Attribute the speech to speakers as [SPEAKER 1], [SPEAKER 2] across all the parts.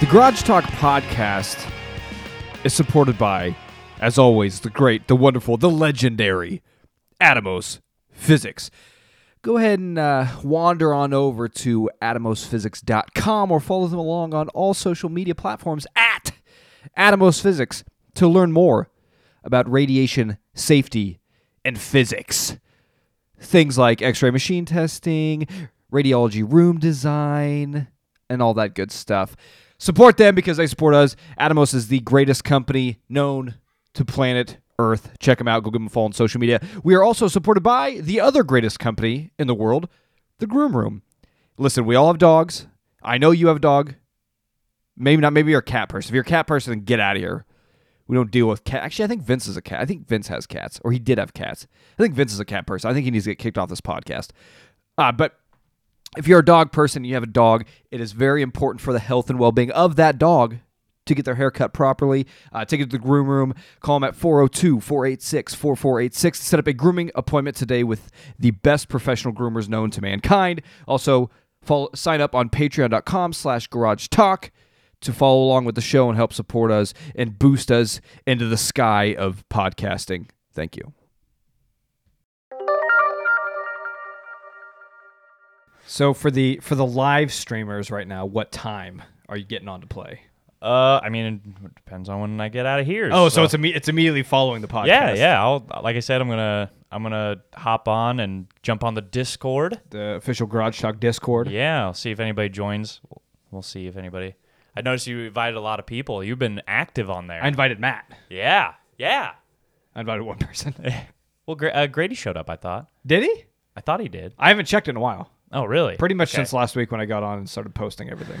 [SPEAKER 1] The Garage Talk podcast is supported by, as always, the great, the wonderful, the legendary Atomos Physics. Go ahead and uh, wander on over to atomosphysics.com or follow them along on all social media platforms at Atomos Physics to learn more about radiation safety and physics things like x-ray machine testing radiology room design and all that good stuff support them because they support us atomos is the greatest company known to planet earth check them out go give them a follow on social media we are also supported by the other greatest company in the world the groom room listen we all have dogs i know you have a dog maybe not maybe you're a cat person if you're a cat person then get out of here we don't deal with cat. Actually, I think Vince is a cat. I think Vince has cats, or he did have cats. I think Vince is a cat person. I think he needs to get kicked off this podcast. Uh, but if you're a dog person, and you have a dog. It is very important for the health and well-being of that dog to get their hair cut properly. Uh, take it to the groom room. Call them at 402-486-4486 to set up a grooming appointment today with the best professional groomers known to mankind. Also, follow, sign up on patreon.com slash garage talk to follow along with the show and help support us and boost us into the sky of podcasting. Thank you. So for the for the live streamers right now, what time are you getting on to play?
[SPEAKER 2] Uh, I mean, it depends on when I get out of here.
[SPEAKER 1] Oh, so, it's imme- it's immediately following the podcast.
[SPEAKER 2] yeah, yeah. I'll, like I said, I'm gonna I'm gonna hop on and jump on the Discord.
[SPEAKER 1] The official Garage Talk Discord.
[SPEAKER 2] Yeah, I'll see if anybody joins. We'll see if anybody. I noticed you invited a lot of people. You've been active on there.
[SPEAKER 1] I invited Matt.
[SPEAKER 2] yeah, yeah.
[SPEAKER 1] I invited one person.
[SPEAKER 2] Well, Gra- uh, Grady showed up. I thought.
[SPEAKER 1] Did he?
[SPEAKER 2] I thought he did.
[SPEAKER 1] I haven't checked in a while.
[SPEAKER 2] Oh, really?
[SPEAKER 1] Pretty much
[SPEAKER 2] Okay.
[SPEAKER 1] since last week when I got on and started posting everything.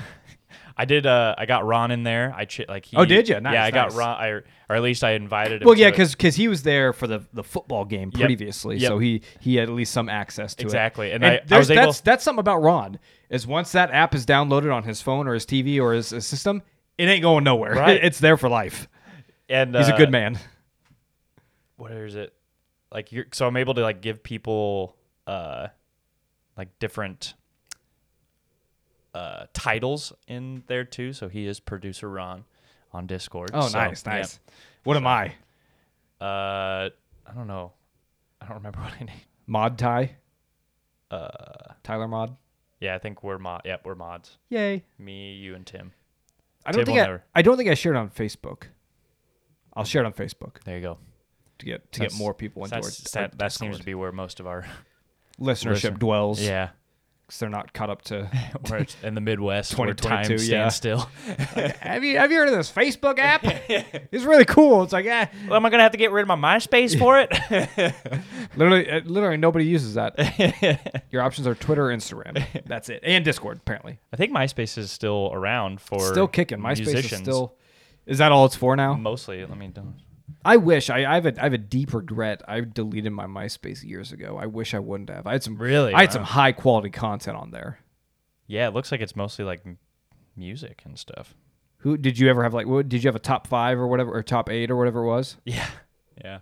[SPEAKER 2] I did. Uh, I got Ron in there. I ch- like. He,
[SPEAKER 1] Oh, did ya? Nice,
[SPEAKER 2] yeah, I got
[SPEAKER 1] nice.
[SPEAKER 2] Ron. I, or at least I invited him.
[SPEAKER 1] Well, yeah,
[SPEAKER 2] to it.
[SPEAKER 1] because he was there for the, the football game
[SPEAKER 2] Yep.
[SPEAKER 1] previously,
[SPEAKER 2] Yep.
[SPEAKER 1] so he he had at least some access to
[SPEAKER 2] Exactly,
[SPEAKER 1] it.
[SPEAKER 2] and I- I
[SPEAKER 1] there's-
[SPEAKER 2] was able-
[SPEAKER 1] that's that's something about Ron is once that app is downloaded on his phone or his TV or his, his system, it ain't going nowhere.
[SPEAKER 2] Right.
[SPEAKER 1] it's there for life.
[SPEAKER 2] and
[SPEAKER 1] He's a
[SPEAKER 2] uh,
[SPEAKER 1] good man.
[SPEAKER 2] what is it like you're so i'm able to like give people uh like different uh titles in there too so he is producer ron on discord
[SPEAKER 1] Oh,
[SPEAKER 2] So,
[SPEAKER 1] nice, nice.
[SPEAKER 2] yeah.
[SPEAKER 1] What am I?
[SPEAKER 2] uh i don't know i don't remember what i named
[SPEAKER 1] Mod Ty. Uh, Tyler Mod.
[SPEAKER 2] yeah i think we're mod yep we're mods
[SPEAKER 1] Yay.
[SPEAKER 2] me you and tim
[SPEAKER 1] I don't
[SPEAKER 2] Tim
[SPEAKER 1] think
[SPEAKER 2] will
[SPEAKER 1] I,
[SPEAKER 2] never-
[SPEAKER 1] I don't think I shared it on Facebook. I'll share it on Facebook
[SPEAKER 2] there you go
[SPEAKER 1] to get to
[SPEAKER 2] That's-
[SPEAKER 1] get more people into our,
[SPEAKER 2] that's-
[SPEAKER 1] our
[SPEAKER 2] that, that seems
[SPEAKER 1] Discord.
[SPEAKER 2] to be where most of our
[SPEAKER 1] listenership
[SPEAKER 2] Listen.
[SPEAKER 1] dwells.
[SPEAKER 2] yeah
[SPEAKER 1] because they're not caught up to
[SPEAKER 2] where it's in the midwest where time
[SPEAKER 1] 2022,
[SPEAKER 2] stands
[SPEAKER 1] yeah.
[SPEAKER 2] still
[SPEAKER 1] Have you have you heard of this Facebook app? it's really cool. It's like eh,
[SPEAKER 2] well, am i gonna have to get rid of my myspace for it
[SPEAKER 1] literally uh, literally nobody uses that. Your options are Twitter, Instagram. That's it, and Discord apparently.
[SPEAKER 2] I think MySpace is still around for
[SPEAKER 1] Still kicking. MySpace is
[SPEAKER 2] musicians.
[SPEAKER 1] still. Is that all it's for now?
[SPEAKER 2] mostly. Let me don't.
[SPEAKER 1] I wish I, I have a I have a deep regret. I deleted my MySpace years ago. I wish I wouldn't have. I had some
[SPEAKER 2] Really?
[SPEAKER 1] I had
[SPEAKER 2] Wow.
[SPEAKER 1] some high quality content on there.
[SPEAKER 2] Yeah, it looks like it's mostly like m- music and stuff.
[SPEAKER 1] Who did you ever have like? What, did you have a top five or whatever, or top eight or whatever it was?
[SPEAKER 2] Yeah, yeah.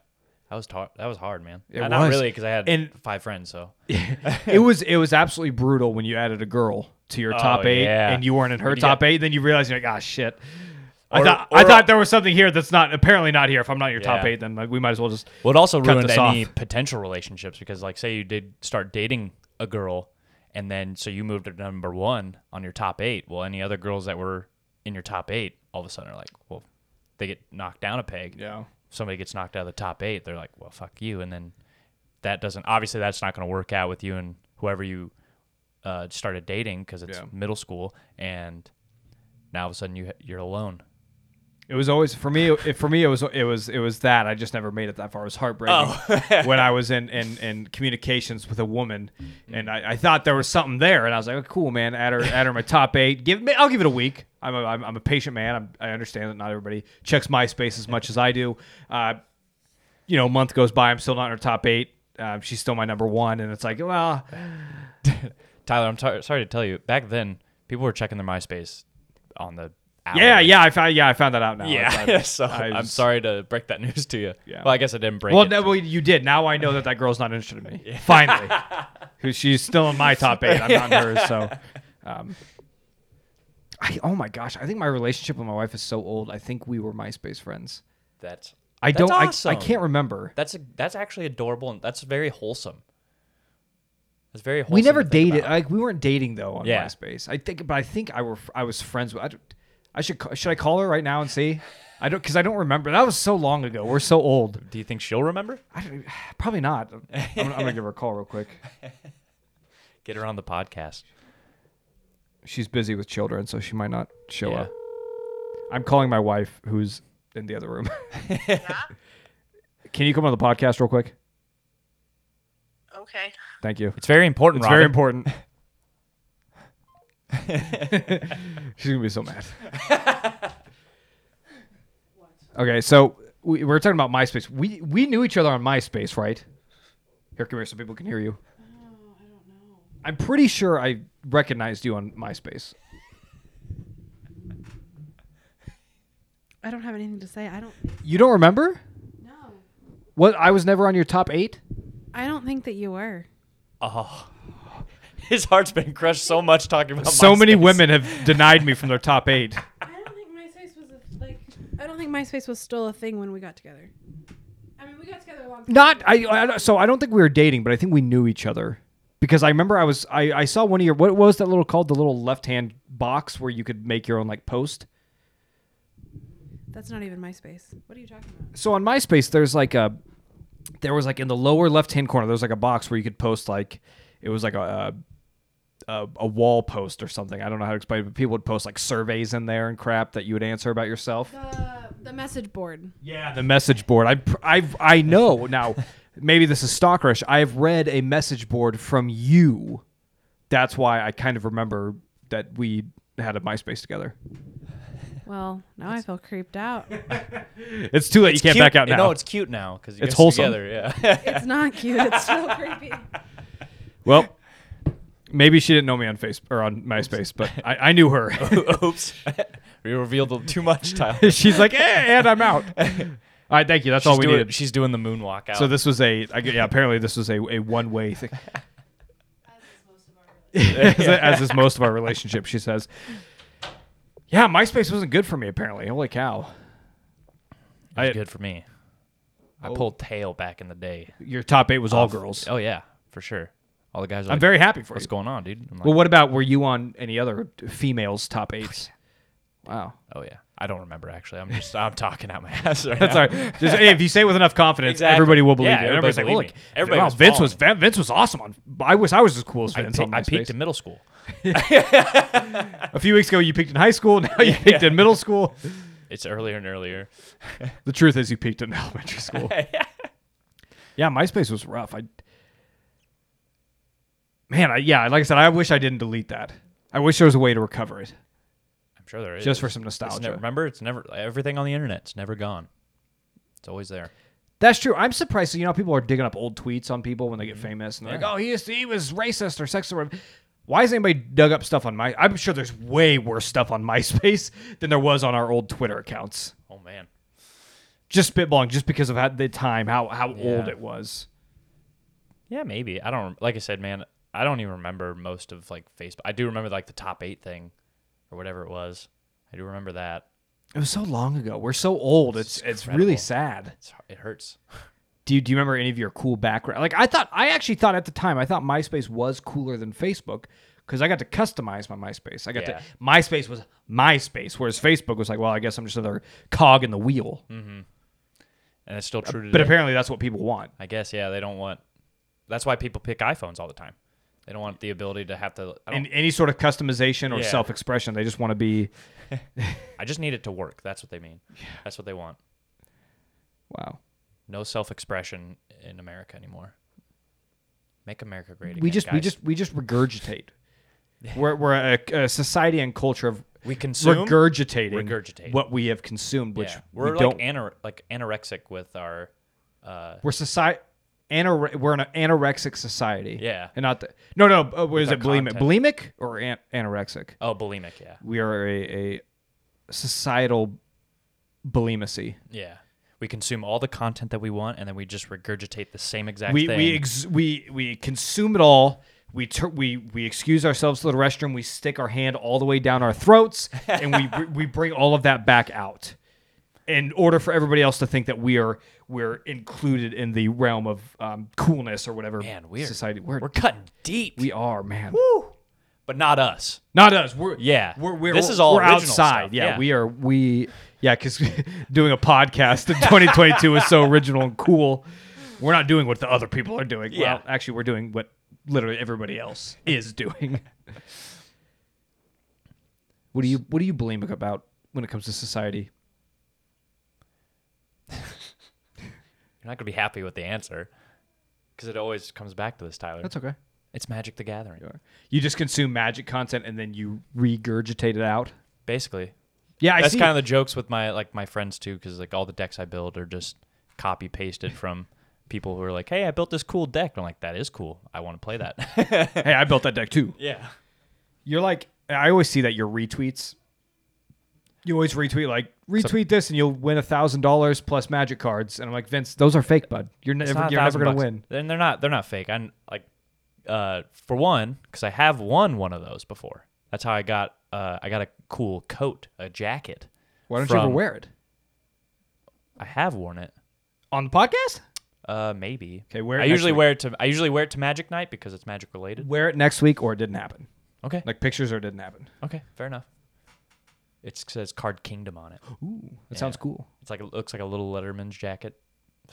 [SPEAKER 2] That was hard. That was hard, man.
[SPEAKER 1] It
[SPEAKER 2] Uh, Not
[SPEAKER 1] was.
[SPEAKER 2] really, because I had
[SPEAKER 1] And-
[SPEAKER 2] five friends. So
[SPEAKER 1] it was it was absolutely brutal when you added a girl to your top eight
[SPEAKER 2] Oh, yeah.
[SPEAKER 1] and you weren't in her
[SPEAKER 2] When you
[SPEAKER 1] top
[SPEAKER 2] got-
[SPEAKER 1] eight. Then you realize you're like, ah, shit. I
[SPEAKER 2] Or-
[SPEAKER 1] thought I
[SPEAKER 2] or-
[SPEAKER 1] thought there was something here that's not apparently not here. If I'm not in your top
[SPEAKER 2] Yeah.
[SPEAKER 1] eight, then like, we might as well just.
[SPEAKER 2] well, it also
[SPEAKER 1] Cut
[SPEAKER 2] ruined
[SPEAKER 1] this
[SPEAKER 2] any
[SPEAKER 1] off.
[SPEAKER 2] potential relationships because, like, say you did start dating a girl, and then so you moved to number one on your top eight. Well, any other girls that were in your top eight all of a sudden are like, well, they get knocked down a peg.
[SPEAKER 1] Yeah.
[SPEAKER 2] somebody gets knocked out of the top eight, they're like, well, fuck you. And then that doesn't, obviously, that's not going to work out with you and whoever you uh, started dating because it's
[SPEAKER 1] Yeah.
[SPEAKER 2] middle school. And now all of a sudden you, you're alone.
[SPEAKER 1] It was always for me. It, for me, it was it was it was that I just never made it that far. It was heartbreaking when I was in, in in communications with a woman, and I, I thought there was something there, and I was like, oh, "Cool, man, add her add her in my top eight. Give me, I'll give it a week. I'm a, I'm, I'm a patient man. I'm, I understand that not everybody checks MySpace as much as I do. Uh, you know, a month goes by, I'm still not in her top eight. Um, she's still my number one, and it's like, well,
[SPEAKER 2] Tyler, I'm tar- sorry to tell you, back then, people were checking their MySpace on the hour.
[SPEAKER 1] yeah, yeah, I found yeah, I found that out now. I-
[SPEAKER 2] Yeah.
[SPEAKER 1] I-
[SPEAKER 2] so
[SPEAKER 1] I
[SPEAKER 2] I'm
[SPEAKER 1] just-
[SPEAKER 2] sorry to break that news to you.
[SPEAKER 1] Yeah.
[SPEAKER 2] Well, I guess I didn't break
[SPEAKER 1] Well,
[SPEAKER 2] it.
[SPEAKER 1] no,
[SPEAKER 2] to-
[SPEAKER 1] well, you did. Now I know that that girl's not interested in me. Finally, who she's still in my top eight. I'm not in hers. So, um, I, oh my gosh, I think my relationship with my wife is so old. I think we were MySpace friends.
[SPEAKER 2] That's
[SPEAKER 1] I
[SPEAKER 2] that's
[SPEAKER 1] don't. I- I,
[SPEAKER 2] awesome.
[SPEAKER 1] can't remember.
[SPEAKER 2] That's a, that's actually adorable and that's very wholesome. That's very wholesome.
[SPEAKER 1] We never
[SPEAKER 2] to think
[SPEAKER 1] dated.
[SPEAKER 2] about.
[SPEAKER 1] Like we weren't dating though on
[SPEAKER 2] Yeah.
[SPEAKER 1] MySpace. I think, but I think I were. I was friends with. I, don't- I should. ca- Should I call her right now and see? I don't because I don't remember. That was so long ago. We're so old.
[SPEAKER 2] Do you think she'll remember?
[SPEAKER 1] I don't, probably not. I'm, gonna- I'm gonna give her a call real quick.
[SPEAKER 2] Get her on the podcast.
[SPEAKER 1] She's busy with children, so she might not show
[SPEAKER 2] Yeah.
[SPEAKER 1] up. I'm calling my wife, who's in the other room. Can you come on the podcast real quick?
[SPEAKER 3] Okay.
[SPEAKER 1] Thank you.
[SPEAKER 2] It's very important.
[SPEAKER 1] It's very
[SPEAKER 2] Robin.
[SPEAKER 1] important. She's gonna be so mad. okay, so we, we're talking about MySpace. We we knew each other on MySpace, right? Here, come here, so people can hear you. I'm pretty sure I recognized you on MySpace.
[SPEAKER 4] I don't have anything to say. I don't.
[SPEAKER 1] You don't remember?
[SPEAKER 4] No.
[SPEAKER 1] What? I was never on your top eight.
[SPEAKER 4] I don't think that you were.
[SPEAKER 2] Oh. His heart's been crushed so much talking about
[SPEAKER 1] so many
[SPEAKER 2] MySpace.
[SPEAKER 1] women have denied me from their top eight.
[SPEAKER 4] I don't think MySpace was a, like. I don't think MySpace was still a thing when we got together. I mean, we got together a long time.
[SPEAKER 1] Not I, I. don't- So I don't think we were dating, but I think we knew each other because I remember I was I, I saw one of your what was that little called the little left hand box where you could make your own like post.
[SPEAKER 4] That's not even MySpace. What are you talking about?
[SPEAKER 1] So on MySpace, there's like a there was like in the lower left hand corner there's like a box where you could post like it was like a. A, a wall post or something. I don't know how to explain it, but people would post like surveys in there and crap that you would answer about yourself.
[SPEAKER 4] The the message board.
[SPEAKER 1] Yeah, the message board. I I I know now. Maybe this is stalkerish. I have read a message board from you. That's why I kind of remember that we had a MySpace together.
[SPEAKER 4] Well, now I feel creeped out.
[SPEAKER 1] It's too late. you can't
[SPEAKER 2] Cute-
[SPEAKER 1] back out now.
[SPEAKER 2] No, it's cute now because
[SPEAKER 1] It's wholesome.
[SPEAKER 2] Together. Yeah.
[SPEAKER 4] it's not cute. It's still creepy.
[SPEAKER 1] well, maybe she didn't know me on Facebook or on MySpace, but I, I knew her.
[SPEAKER 2] Oops. we revealed too much, Tyler.
[SPEAKER 1] She's like, eh, and I'm out. All right, thank you. That's all
[SPEAKER 2] she's
[SPEAKER 1] we
[SPEAKER 2] doing,
[SPEAKER 1] needed.
[SPEAKER 2] She's doing the moonwalk out.
[SPEAKER 1] So this was a I gu- yeah. Apparently, this was a, a one way thing. as, as is most of our relationship, she says. Yeah, MySpace wasn't good for me. Apparently, holy cow.
[SPEAKER 2] It was
[SPEAKER 1] I-
[SPEAKER 2] good for me. I pulled tail back in the day.
[SPEAKER 1] Your top eight was all girls.
[SPEAKER 2] Oh yeah, for sure. All the guys. Are
[SPEAKER 1] I'm
[SPEAKER 2] like,
[SPEAKER 1] very happy for
[SPEAKER 2] What's
[SPEAKER 1] you.
[SPEAKER 2] going on, dude? I'm like,
[SPEAKER 1] Well, what about were you on any other females top eights? Wow,
[SPEAKER 2] oh yeah. I don't remember actually. I'm just I'm talking out my ass right
[SPEAKER 1] that's
[SPEAKER 2] now.
[SPEAKER 1] all right. Just, hey, if you say it with enough confidence,
[SPEAKER 2] Exactly.
[SPEAKER 1] everybody will believe
[SPEAKER 2] Yeah,
[SPEAKER 1] you.
[SPEAKER 2] everybody
[SPEAKER 1] Everybody's like,
[SPEAKER 2] believe
[SPEAKER 1] look,
[SPEAKER 2] me. Everybody
[SPEAKER 1] wow,
[SPEAKER 2] was
[SPEAKER 1] Vince was Vin- Vince was awesome on. I was I was as cool as
[SPEAKER 2] I,
[SPEAKER 1] Vince
[SPEAKER 2] pe-
[SPEAKER 1] on
[SPEAKER 2] I peaked
[SPEAKER 1] MySpace.
[SPEAKER 2] in middle school.
[SPEAKER 1] A few weeks ago, you peaked in high school. Now you peaked in middle school.
[SPEAKER 2] It's earlier and earlier.
[SPEAKER 1] The truth is, you peaked in elementary school. yeah, MySpace was rough. I, man, I, yeah, like I said, I wish I didn't delete that. I wish there was a way to recover it,
[SPEAKER 2] I'm sure there is.
[SPEAKER 1] just for some
[SPEAKER 2] It's
[SPEAKER 1] nostalgia.
[SPEAKER 2] never, remember, it's never everything on the internet's never gone. It's always there.
[SPEAKER 1] That's true. I'm surprised. You know, people are digging up old tweets on people when they get famous, and they're like, "Oh, he is, he was racist or sexist." Or whatever." Why has anybody dug up stuff on my? I'm sure there's way worse stuff on MySpace than there was on our old Twitter accounts.
[SPEAKER 2] Oh man.
[SPEAKER 1] Just spitballing, just because of how, the time, how how old
[SPEAKER 2] Yeah.
[SPEAKER 1] it was.
[SPEAKER 2] Yeah, maybe. I don't like I said, man, I don't even remember most of like Facebook. I do remember like the top 8 thing or whatever it was. I do remember that.
[SPEAKER 1] It was so long ago. We're so old. It's it's really
[SPEAKER 2] incredible.
[SPEAKER 1] sad.
[SPEAKER 2] It's, it hurts.
[SPEAKER 1] Do you, do you remember any of your cool background? Like I thought, I actually thought at the time, I thought MySpace was cooler than Facebook because I got to customize my MySpace. I got
[SPEAKER 2] Yeah.
[SPEAKER 1] to MySpace was MySpace, whereas Facebook was like, well, I guess I'm just another cog in the wheel.
[SPEAKER 2] Mm-hmm. And it's still true today.
[SPEAKER 1] But apparently, that's what people want.
[SPEAKER 2] I guess yeah, they don't want That's why people pick iPhones all the time. They don't want the ability to have to I, don't,
[SPEAKER 1] In any sort of customization or
[SPEAKER 2] Oh. Yeah.
[SPEAKER 1] self-expression, they just want to be.
[SPEAKER 2] I just need it to work. That's what they mean. That's what they want.
[SPEAKER 1] Wow,
[SPEAKER 2] No self-expression in America anymore. Make America great again.
[SPEAKER 1] we just we
[SPEAKER 2] guys.
[SPEAKER 1] just we just regurgitate. we're we're a, a society and culture of
[SPEAKER 2] we consume
[SPEAKER 1] regurgitating
[SPEAKER 2] Regurgitate.
[SPEAKER 1] what we have consumed, which
[SPEAKER 2] yeah. We're
[SPEAKER 1] we
[SPEAKER 2] like
[SPEAKER 1] don't
[SPEAKER 2] anor- like anorexic with our uh
[SPEAKER 1] We're society. Anore- we're an anorexic society.
[SPEAKER 2] Yeah.
[SPEAKER 1] And not the no no. Uh, what is
[SPEAKER 2] our
[SPEAKER 1] it? Bulimic,
[SPEAKER 2] content.
[SPEAKER 1] bulimic or an- anorexic?
[SPEAKER 2] oh bulimic, yeah.
[SPEAKER 1] We are a, a societal bulimacy.
[SPEAKER 2] Yeah. We consume all the content that we want and then we just regurgitate the same exact
[SPEAKER 1] We
[SPEAKER 2] thing.
[SPEAKER 1] we ex- we we consume it all. We, tur we we excuse ourselves to the restroom. We stick our hand all the way down our throats, and we br- we bring all of that back out, in order for everybody else to think that we are we're included in the realm of um, coolness or whatever.
[SPEAKER 2] Man, we're
[SPEAKER 1] society. We're,
[SPEAKER 2] We're cutting deep,
[SPEAKER 1] we are, man.
[SPEAKER 2] but not us.
[SPEAKER 1] Not us. We're
[SPEAKER 2] Yeah.
[SPEAKER 1] We're, we're
[SPEAKER 2] This is all
[SPEAKER 1] we're
[SPEAKER 2] original
[SPEAKER 1] outside.
[SPEAKER 2] stuff.
[SPEAKER 1] Yeah,
[SPEAKER 2] Yeah.
[SPEAKER 1] we are. We yeah, because doing a podcast in 2022 is so original and cool. We're not doing what the other people are doing.
[SPEAKER 2] Yeah.
[SPEAKER 1] Well, actually, we're doing what literally everybody else is doing. what do you What do you blame about when it comes to society?
[SPEAKER 2] You're not gonna be happy with the answer because it always comes back to this, Tyler.
[SPEAKER 1] That's okay.
[SPEAKER 2] it's Magic the Gathering,
[SPEAKER 1] You just consume magic content and then you regurgitate it out.
[SPEAKER 2] basically.
[SPEAKER 1] Yeah, I
[SPEAKER 2] That's
[SPEAKER 1] see.
[SPEAKER 2] kind of the jokes with my like my friends too, because like all the decks I build are just copy pasted from people who are like, "Hey, I built this cool deck." I'm like, "That is cool. I want to play that."
[SPEAKER 1] hey, I built that deck too.
[SPEAKER 2] yeah.
[SPEAKER 1] You're like I always see that your retweets. You always retweet like retweet this and you'll win a thousand dollars plus magic cards, and I'm like Vince, those are fake, bud. You're
[SPEAKER 2] It's
[SPEAKER 1] never
[SPEAKER 2] not a
[SPEAKER 1] you're never
[SPEAKER 2] thousand
[SPEAKER 1] gonna
[SPEAKER 2] bucks.
[SPEAKER 1] win.
[SPEAKER 2] And they're not they're not fake. I'm like, uh, for one, because I have won one of those before. That's how I got uh, I got a cool coat, a jacket.
[SPEAKER 1] Why don't you ever
[SPEAKER 2] from-
[SPEAKER 1] wear it
[SPEAKER 2] I have worn it.
[SPEAKER 1] on the podcast?
[SPEAKER 2] Uh, maybe.
[SPEAKER 1] 'Kay, wear it
[SPEAKER 2] I
[SPEAKER 1] next
[SPEAKER 2] usually
[SPEAKER 1] week.
[SPEAKER 2] wear it to I usually wear it to Magic Night because it's Magic related.
[SPEAKER 1] Wear it next week, or it didn't happen.
[SPEAKER 2] Okay.
[SPEAKER 1] Like pictures, or it didn't happen.
[SPEAKER 2] okay. Fair enough. It says Card Kingdom on it.
[SPEAKER 1] Ooh, that
[SPEAKER 2] Yeah.
[SPEAKER 1] sounds cool.
[SPEAKER 2] It's like it looks like a little Letterman's jacket,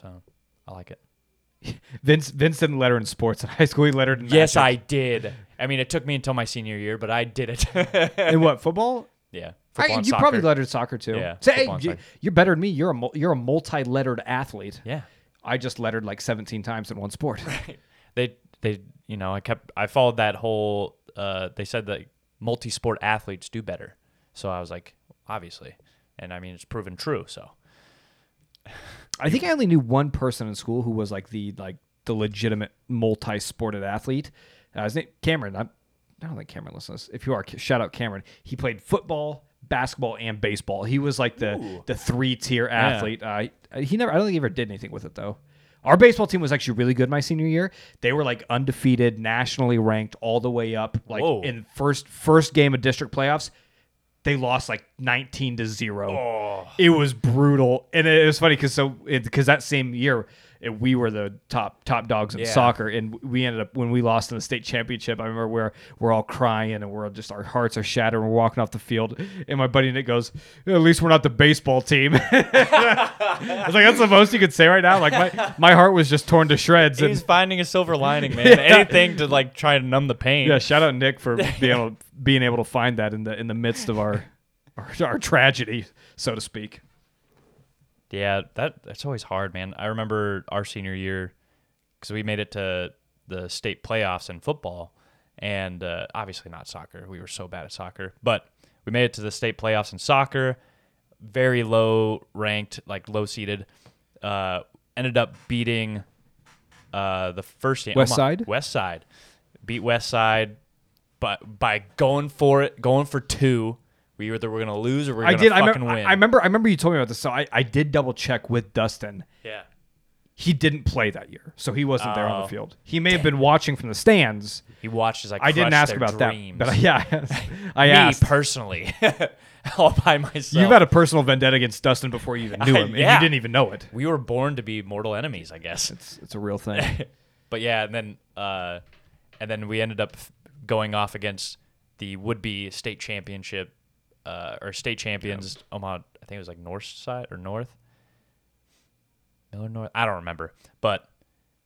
[SPEAKER 2] so I like it.
[SPEAKER 1] Vince Vince didn't letter in sports in high school. He lettered in
[SPEAKER 2] Yes,
[SPEAKER 1] magic.
[SPEAKER 2] I did. I mean, it took me until my senior year, but I did it.
[SPEAKER 1] in what football?
[SPEAKER 2] yeah.
[SPEAKER 1] I,
[SPEAKER 2] Football and
[SPEAKER 1] you probably
[SPEAKER 2] soccer.
[SPEAKER 1] lettered soccer too.
[SPEAKER 2] Yeah,
[SPEAKER 1] Say, hey,
[SPEAKER 2] football and
[SPEAKER 1] you,
[SPEAKER 2] soccer.
[SPEAKER 1] you're better than me. You're a mul- you're a multi-lettered athlete.
[SPEAKER 2] Yeah.
[SPEAKER 1] I just lettered like 17 times in one sport.
[SPEAKER 2] they they you know i kept i followed that whole uh they said that multi-sport athletes do better so i was like obviously and i mean it's proven true so
[SPEAKER 1] I think I only knew one person in school who was like the like the legitimate multi-sported athlete. Uh, his name Cameron. I'm, I don't think Cameron listens. If you are, shout out Cameron. He played football, basketball, and baseball. He was like the the three tier athlete. Uh, he never. I don't think he ever did anything with it though. Our baseball team was actually really good my senior year. They were like undefeated, nationally ranked, all the way up. Like
[SPEAKER 2] Whoa.
[SPEAKER 1] in first first game of district playoffs, they lost like 19 to 0 it was brutal and it, it was funny because so because that same year it, we were the top top dogs in
[SPEAKER 2] Yeah.
[SPEAKER 1] soccer and we ended up when we lost in the state championship i remember we're we're all crying and we're just our hearts are shattered and we're walking off the field and my buddy nick goes at least we're not the baseball team i was like that's the most you could say right now like my, my heart was just torn to shreds and
[SPEAKER 2] he's finding a silver lining man anything to like try to numb the pain
[SPEAKER 1] yeah shout out nick for being able, being able to find that in the in the midst of our our, our tragedy so to speak
[SPEAKER 2] Yeah, that that's always hard, man. I remember our senior year because we made it to the state playoffs in football, and uh, obviously not soccer. We were so bad at soccer, but we made it to the state playoffs in soccer. Very low ranked, like low seeded. Uh, ended up beating uh, the first team.
[SPEAKER 1] West
[SPEAKER 2] Omaha-
[SPEAKER 1] Side?
[SPEAKER 2] West Side beat West Side, but by going for it, going for two, we either we're gonna lose or we're
[SPEAKER 1] I
[SPEAKER 2] gonna
[SPEAKER 1] did. I,
[SPEAKER 2] fucking
[SPEAKER 1] mem-
[SPEAKER 2] win.
[SPEAKER 1] I remember. I remember you told me about this. So I, I did double check with Dustin.
[SPEAKER 2] yeah.
[SPEAKER 1] He didn't play that year, so he wasn't there on the
[SPEAKER 2] Oh.
[SPEAKER 1] field. He may have been watching from the stands.
[SPEAKER 2] He watched as I.
[SPEAKER 1] I didn't
[SPEAKER 2] crushed
[SPEAKER 1] ask
[SPEAKER 2] their
[SPEAKER 1] about
[SPEAKER 2] dreams.
[SPEAKER 1] that, but I, yeah, I
[SPEAKER 2] me
[SPEAKER 1] asked.
[SPEAKER 2] personally, all by myself.
[SPEAKER 1] You've had a personal vendetta against Dustin before you even knew him, and you
[SPEAKER 2] yeah.
[SPEAKER 1] didn't even know it.
[SPEAKER 2] we were born to be mortal enemies, I guess.
[SPEAKER 1] It's, it's a real thing.
[SPEAKER 2] But yeah, and then uh, and then we ended up f- going off against the would-be state championship uh, or state champions Omaha. I think it was like North side or North. Miller North. I don't remember, but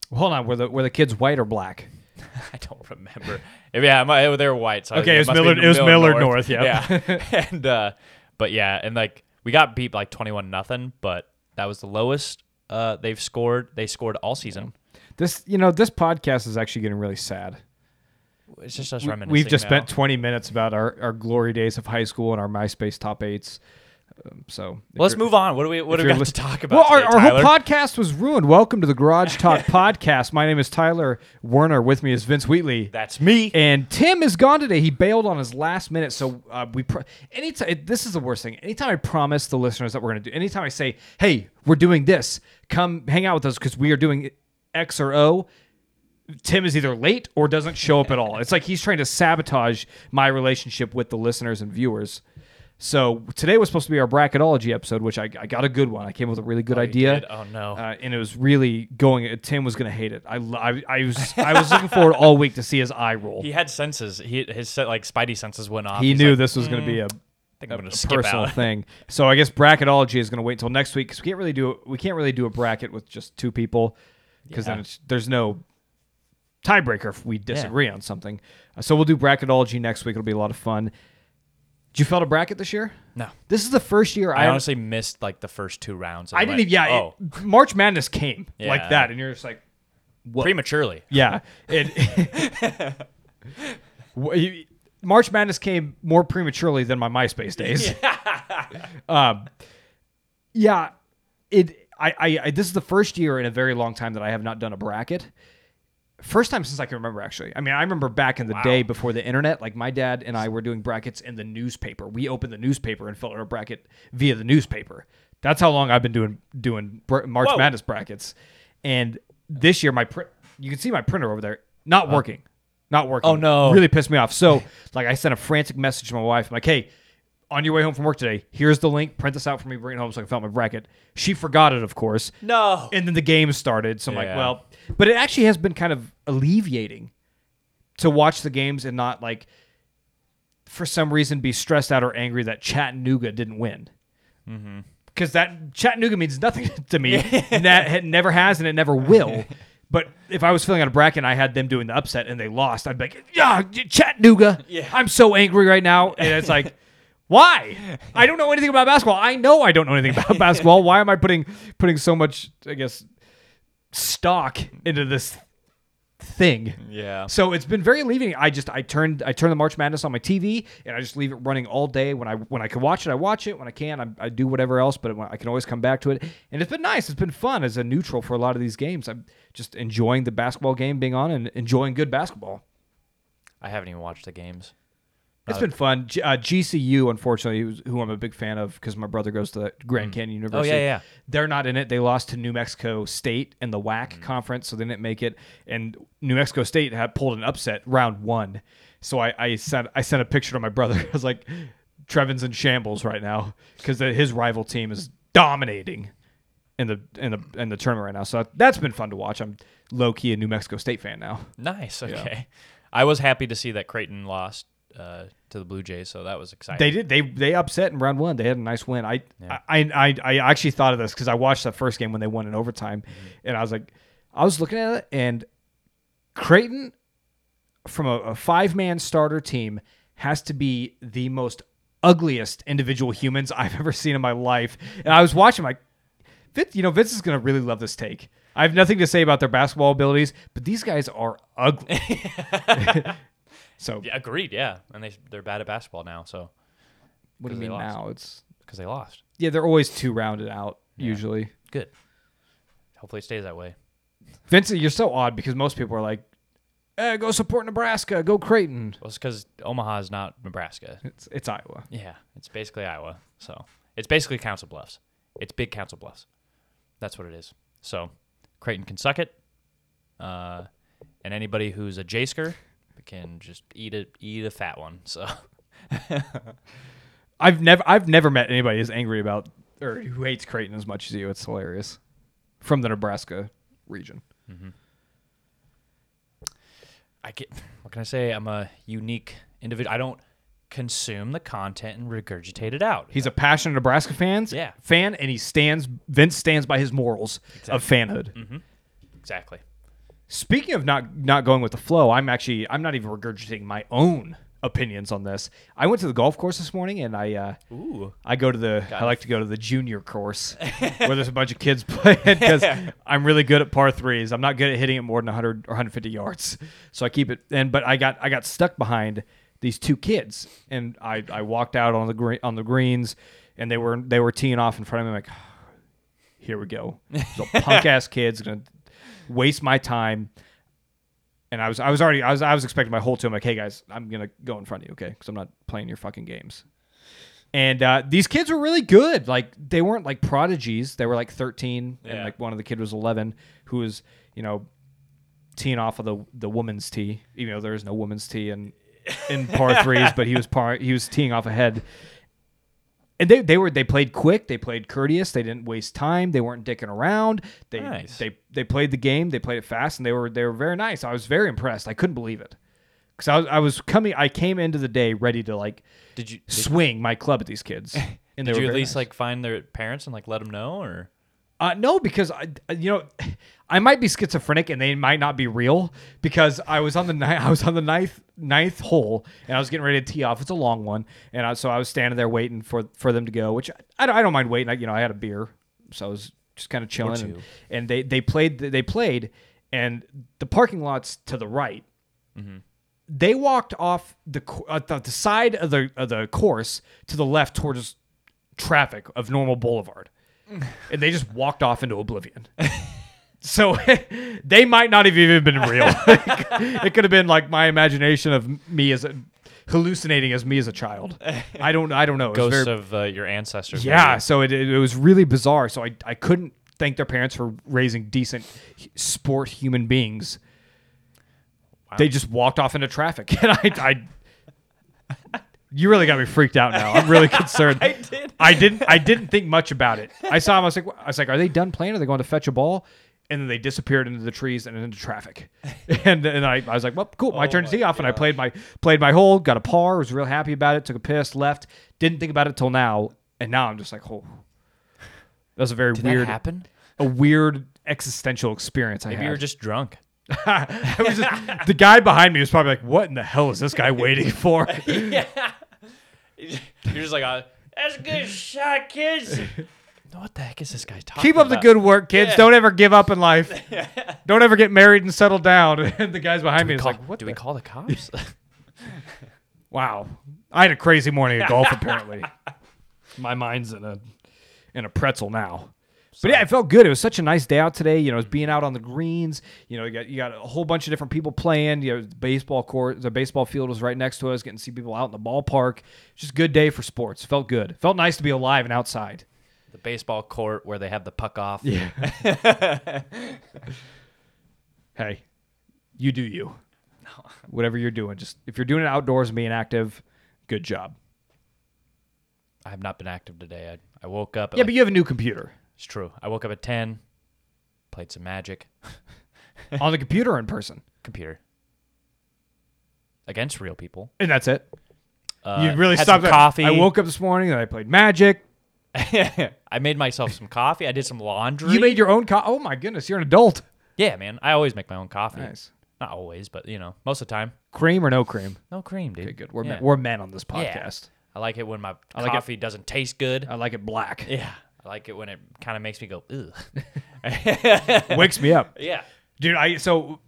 [SPEAKER 1] Well, hold on. Were the were the kids white or black?
[SPEAKER 2] I don't remember. yeah, my, they were white. So
[SPEAKER 1] Okay, it was
[SPEAKER 2] must be
[SPEAKER 1] Millard- it was Millard North, yeah.
[SPEAKER 2] yeah. Yeah, and uh, but yeah, and like we got beat by, like twenty-one nothing, but that was the lowest uh, they've scored. They scored all season.
[SPEAKER 1] This you know this podcast is actually getting really sad.
[SPEAKER 2] It's just us
[SPEAKER 1] We-
[SPEAKER 2] reminiscing.
[SPEAKER 1] We've just
[SPEAKER 2] now.
[SPEAKER 1] spent 20 minutes about our, our glory days of high school and our MySpace top eights. Um, so if
[SPEAKER 2] Let's
[SPEAKER 1] you're-
[SPEAKER 2] move on. What do we? What do
[SPEAKER 1] If
[SPEAKER 2] we
[SPEAKER 1] you're
[SPEAKER 2] have to
[SPEAKER 1] list-
[SPEAKER 2] talk about?
[SPEAKER 1] Well, our,
[SPEAKER 2] today,
[SPEAKER 1] our whole
[SPEAKER 2] Tyler?
[SPEAKER 1] podcast was ruined. Welcome to the Garage Talk podcast. My name is Tyler Werner. With me is Vince Wheatley.
[SPEAKER 2] That's me.
[SPEAKER 1] and Tim is gone today. He bailed on his last minute. So uh, we pro- anytime this is the worst thing. Anytime I promise the listeners that we're going to do. Anytime I say, "Hey, we're doing this. Come hang out with us because we are doing X or O." Tim is either late or doesn't show up at all. It's like he's trying to sabotage my relationship with the listeners and viewers. So today was supposed to be our bracketology episode, which I, I got a good one. I came up with a really good
[SPEAKER 2] you
[SPEAKER 1] idea.
[SPEAKER 2] did? Oh, no.
[SPEAKER 1] Uh, and it was really going. Tim was going to hate it. I, lo- I, I was I was looking forward all week to see his eye roll.
[SPEAKER 2] He had senses. He his se- like Spidey senses went off.
[SPEAKER 1] he
[SPEAKER 2] He's
[SPEAKER 1] knew
[SPEAKER 2] like, "Mm."
[SPEAKER 1] this was going to be a,
[SPEAKER 2] I think
[SPEAKER 1] a
[SPEAKER 2] I'm gonna skip
[SPEAKER 1] personal
[SPEAKER 2] out.
[SPEAKER 1] thing. So I guess bracketology is going to wait until next week because we can't really do we can't really do a bracket with just two people because then
[SPEAKER 2] Yeah.
[SPEAKER 1] it's, there's no tiebreaker if we disagree on something. Uh, So we'll do bracketology next week. It'll be a lot of fun. Did you felt a bracket this year?
[SPEAKER 2] No.
[SPEAKER 1] This is the first year I,
[SPEAKER 2] I
[SPEAKER 1] have-
[SPEAKER 2] honestly missed like the first two rounds. and
[SPEAKER 1] I
[SPEAKER 2] I'm
[SPEAKER 1] didn't
[SPEAKER 2] like,
[SPEAKER 1] even yeah.
[SPEAKER 2] oh,
[SPEAKER 1] it- March Madness came like
[SPEAKER 2] Yeah.
[SPEAKER 1] that, and you're just like. What?
[SPEAKER 2] prematurely.
[SPEAKER 1] Yeah. It, Wha- you- March Madness came more prematurely than my MySpace days. Yeah. um, yeah. It. I, I, I. This is the first year in a very long time that I have not done a bracket. First time since I can remember, actually. I mean, I remember back in the day before the internet, like my dad and I were doing brackets in the newspaper. We opened the newspaper and filled out a bracket via the newspaper. That's how long I've been doing doing br- March
[SPEAKER 2] Whoa.
[SPEAKER 1] Madness brackets. And this year, my print, you can see my printer over there, not working, not working.
[SPEAKER 2] Oh, no.
[SPEAKER 1] Really pissed me off. So, like, I sent a frantic message to my wife, like, hey, on your way home from work today, here's the link. Print this out for me, bring it home so I can fill out my bracket. She forgot it, of course.
[SPEAKER 2] No.
[SPEAKER 1] And then the game started. So I'm like,
[SPEAKER 2] Yeah.
[SPEAKER 1] well, but it actually has been kind of alleviating to watch the games and not like for some reason be stressed out or angry that Chattanooga didn't win. Because that Chattanooga means nothing to me. and that had, never has and it never will. But if I was filling out a bracket and I had them doing the upset and they lost, I'd be like, yeah, Chattanooga.
[SPEAKER 2] Yeah.
[SPEAKER 1] I'm so angry right now. And it's like, why? I don't know anything about basketball. I know I don't know anything about basketball. Why am I putting putting so much, I guess, stock into this thing?
[SPEAKER 2] Yeah.
[SPEAKER 1] So it's been very leaving. I just I turned I turn the March Madness on my TV and I just leave it running all day. When I when I can watch it, I watch it. When I can, I, I do whatever else. But I can always come back to it. And it's been nice. It's been fun as a neutral for a lot of these games. I'm just enjoying the basketball game being on and enjoying good basketball.
[SPEAKER 2] I haven't even watched the games.
[SPEAKER 1] It's been fun. G- uh, GCU, unfortunately, who's- who I'm a big fan of because my brother goes to Grand Canyon University.
[SPEAKER 2] Mm. Oh, yeah.
[SPEAKER 1] They're not in it. They lost to New Mexico State in the WAC
[SPEAKER 2] Mm.
[SPEAKER 1] conference, so they didn't make it. And New Mexico State had pulled an upset round one. So I, I sent I sent a picture to my brother. I was like, Trevin's in shambles right now because his rival team is dominating in the in the in the tournament right now. So that's been fun to watch. I'm low key a New Mexico State fan now.
[SPEAKER 2] Nice. Okay. I was happy to see that Creighton lost uh, to the Blue Jays, so that was exciting.
[SPEAKER 1] They did. They they upset in round one. They had a nice win. I I, I I actually thought of this because I watched that first game when they won in overtime,
[SPEAKER 2] Mm-hmm.
[SPEAKER 1] and I was like, I was looking at it, and Creighton from a, a five man starter team has to be the most ugliest individual humans I've ever seen in my life. And I was watching like, Vince, you know, Vince is gonna really love this take. I have nothing to say about their basketball abilities, but these guys are ugly. so
[SPEAKER 2] Yeah, agreed. Yeah, and they they're bad at basketball now, so
[SPEAKER 1] what do you
[SPEAKER 2] 'cause they
[SPEAKER 1] mean
[SPEAKER 2] lost.
[SPEAKER 1] now? It's
[SPEAKER 2] because they lost.
[SPEAKER 1] Yeah, they're always too rounded out usually.
[SPEAKER 2] Good. Hopefully, it stays that way.
[SPEAKER 1] Vincent, you're so odd because most people are like, eh, "Go support Nebraska, go Creighton."
[SPEAKER 2] Well, it's because Omaha is not Nebraska.
[SPEAKER 1] It's it's Iowa.
[SPEAKER 2] Yeah, it's basically Iowa. So it's basically Council Bluffs. It's big Council Bluffs. That's what it is. So Creighton can suck it, uh, and anybody who's a Jasker can just eat a eat a fat one. So
[SPEAKER 1] I've never I've never met anybody as angry about or who hates Creighton as much as you. It's hilarious. From the Nebraska region.
[SPEAKER 2] I get. What can I say? I'm a unique individual. I don't consume the content and regurgitate it out.
[SPEAKER 1] He's a passionate Nebraska fans
[SPEAKER 2] Yeah.
[SPEAKER 1] fan and he stands Vince stands by his morals of fanhood.
[SPEAKER 2] Exactly.
[SPEAKER 1] Speaking of not not going with the flow, I'm actually I'm not even regurgitating my own opinions on this. I went to the golf course this morning and I uh
[SPEAKER 2] Ooh.
[SPEAKER 1] I go to the I like to go to the junior course where there's a bunch of kids playing because I'm really good at par threes. I'm not good at hitting it more than 100 or 150 yards, so I keep it. And but I got I got stuck behind these two kids, and I I walked out on the green on the greens, and they were they were teeing off in front of me. I'm like, here we go, so punk ass kids gonna waste my time. And I was I was already I was I was expecting my whole team like, hey guys, I'm gonna go in front of you, okay? Because I'm not playing your fucking games. And uh, these kids were really good. Like they weren't like prodigies. They were like 13, and
[SPEAKER 2] Yeah.
[SPEAKER 1] like one of the kid was 11, who was you know teeing off of the the woman's tee. You know, there is no woman's tee in in par threes, but he was par he was teeing off ahead. And they, they were they played quick, they played courteous, they didn't waste time, they weren't dicking around. They
[SPEAKER 2] Nice.
[SPEAKER 1] they they played the game, they played it fast, and they were they were very nice. I was very impressed. I couldn't believe it because I was I was coming I came into the day ready to like
[SPEAKER 2] Did you did,
[SPEAKER 1] swing my club at these kids. And they
[SPEAKER 2] did
[SPEAKER 1] were
[SPEAKER 2] you at
[SPEAKER 1] very
[SPEAKER 2] least
[SPEAKER 1] nice.
[SPEAKER 2] like find their parents and like let them know or
[SPEAKER 1] Uh, no, because I, I- you know, I might be schizophrenic and they might not be real because I was on the ni- I was on the ninth ninth hole and I was getting ready to tee off. It's a long one, and I, so I was standing there waiting for for them to go, which I, don't- I don't mind waiting. I, you know, I had a beer, so I was just kind of chilling.
[SPEAKER 2] two.
[SPEAKER 1] And, and they they played they played, and the parking lot's to the right, they walked off the co- uh, the, the side of the of the course to the left towards traffic of normal boulevard and they just walked off into oblivion so they might not have even been real it could have been like my imagination of me as a hallucinating as me as a child i don't i don't know It was
[SPEAKER 2] ghosts
[SPEAKER 1] very-
[SPEAKER 2] of uh, your ancestors?
[SPEAKER 1] yeah,
[SPEAKER 2] maybe?
[SPEAKER 1] so it, it, it was really bizarre. So I, I couldn't thank their parents for raising decent h- sport human beings. They just walked off into traffic, and I, I you really got me freaked out. Now I'm really concerned. I did. I didn't. I didn't think much about it. I saw them. I was like, I was like, are they done playing? Are they going to fetch a ball? And then they disappeared into the trees and into traffic, and and I, I was like, well, cool, Oh my turn to tee off, and I played my played my hole, got a par, was real happy about it, took a piss, left, didn't think about it till now, and now I'm just like, oh, that's a very
[SPEAKER 2] Did
[SPEAKER 1] weird,
[SPEAKER 2] that happen?
[SPEAKER 1] a weird existential experience. I
[SPEAKER 2] Maybe
[SPEAKER 1] had.
[SPEAKER 2] you were just drunk.
[SPEAKER 1] I was just- the guy behind me was probably like, what in the hell is this guy waiting for?
[SPEAKER 2] You're just like, uh, that's a good shot, kids. what the heck is this guy talking?
[SPEAKER 1] Keep up the
[SPEAKER 2] about?
[SPEAKER 1] good work, kids.
[SPEAKER 2] Yeah.
[SPEAKER 1] Don't ever give up in life. Don't ever get married and settle down. And the guys behind me is
[SPEAKER 2] Call-
[SPEAKER 1] like, what
[SPEAKER 2] do
[SPEAKER 1] the-
[SPEAKER 2] we call the cops?
[SPEAKER 1] Wow. I had a crazy morning at golf, apparently. My mind's in a in a pretzel now. But yeah, it felt good. It was such a nice day out today. You know, it was being out on the greens. You know, you got you got a whole bunch of different people playing. You know, the baseball court, the baseball field was right next to us. Getting to see people out in the ballpark. Just good day for sports. Felt good. Felt nice to be alive and outside.
[SPEAKER 2] the baseball court where they have the puck off.
[SPEAKER 1] Yeah. hey, you do you. Whatever you're doing, just if you're doing it outdoors and being active, good job.
[SPEAKER 2] I have not been active today. I, I woke up. At
[SPEAKER 1] Yeah,
[SPEAKER 2] like-
[SPEAKER 1] but you have a new computer
[SPEAKER 2] it's true. I woke up at ten, played some Magic,
[SPEAKER 1] on the computer or in person,
[SPEAKER 2] computer against real people.
[SPEAKER 1] and that's it.
[SPEAKER 2] Uh,
[SPEAKER 1] you really
[SPEAKER 2] had
[SPEAKER 1] stopped
[SPEAKER 2] some
[SPEAKER 1] that.
[SPEAKER 2] coffee.
[SPEAKER 1] I woke up this morning and I played Magic.
[SPEAKER 2] I made myself some coffee. I did some laundry.
[SPEAKER 1] You made your own coffee. Oh my goodness, you're an adult.
[SPEAKER 2] yeah, man. I always make my own coffee.
[SPEAKER 1] Nice.
[SPEAKER 2] Not always, but you know, most of the time.
[SPEAKER 1] Cream or no cream?
[SPEAKER 2] No cream, dude.
[SPEAKER 1] Okay, good. We're
[SPEAKER 2] yeah.
[SPEAKER 1] men, we're men on this
[SPEAKER 2] Yeah.
[SPEAKER 1] podcast.
[SPEAKER 2] I like it when my
[SPEAKER 1] like it- Oh.
[SPEAKER 2] coffee doesn't taste good.
[SPEAKER 1] I like it black.
[SPEAKER 2] yeah. I like it when it kind of makes me go, ugh.
[SPEAKER 1] wakes me up,
[SPEAKER 2] yeah.
[SPEAKER 1] dude. I so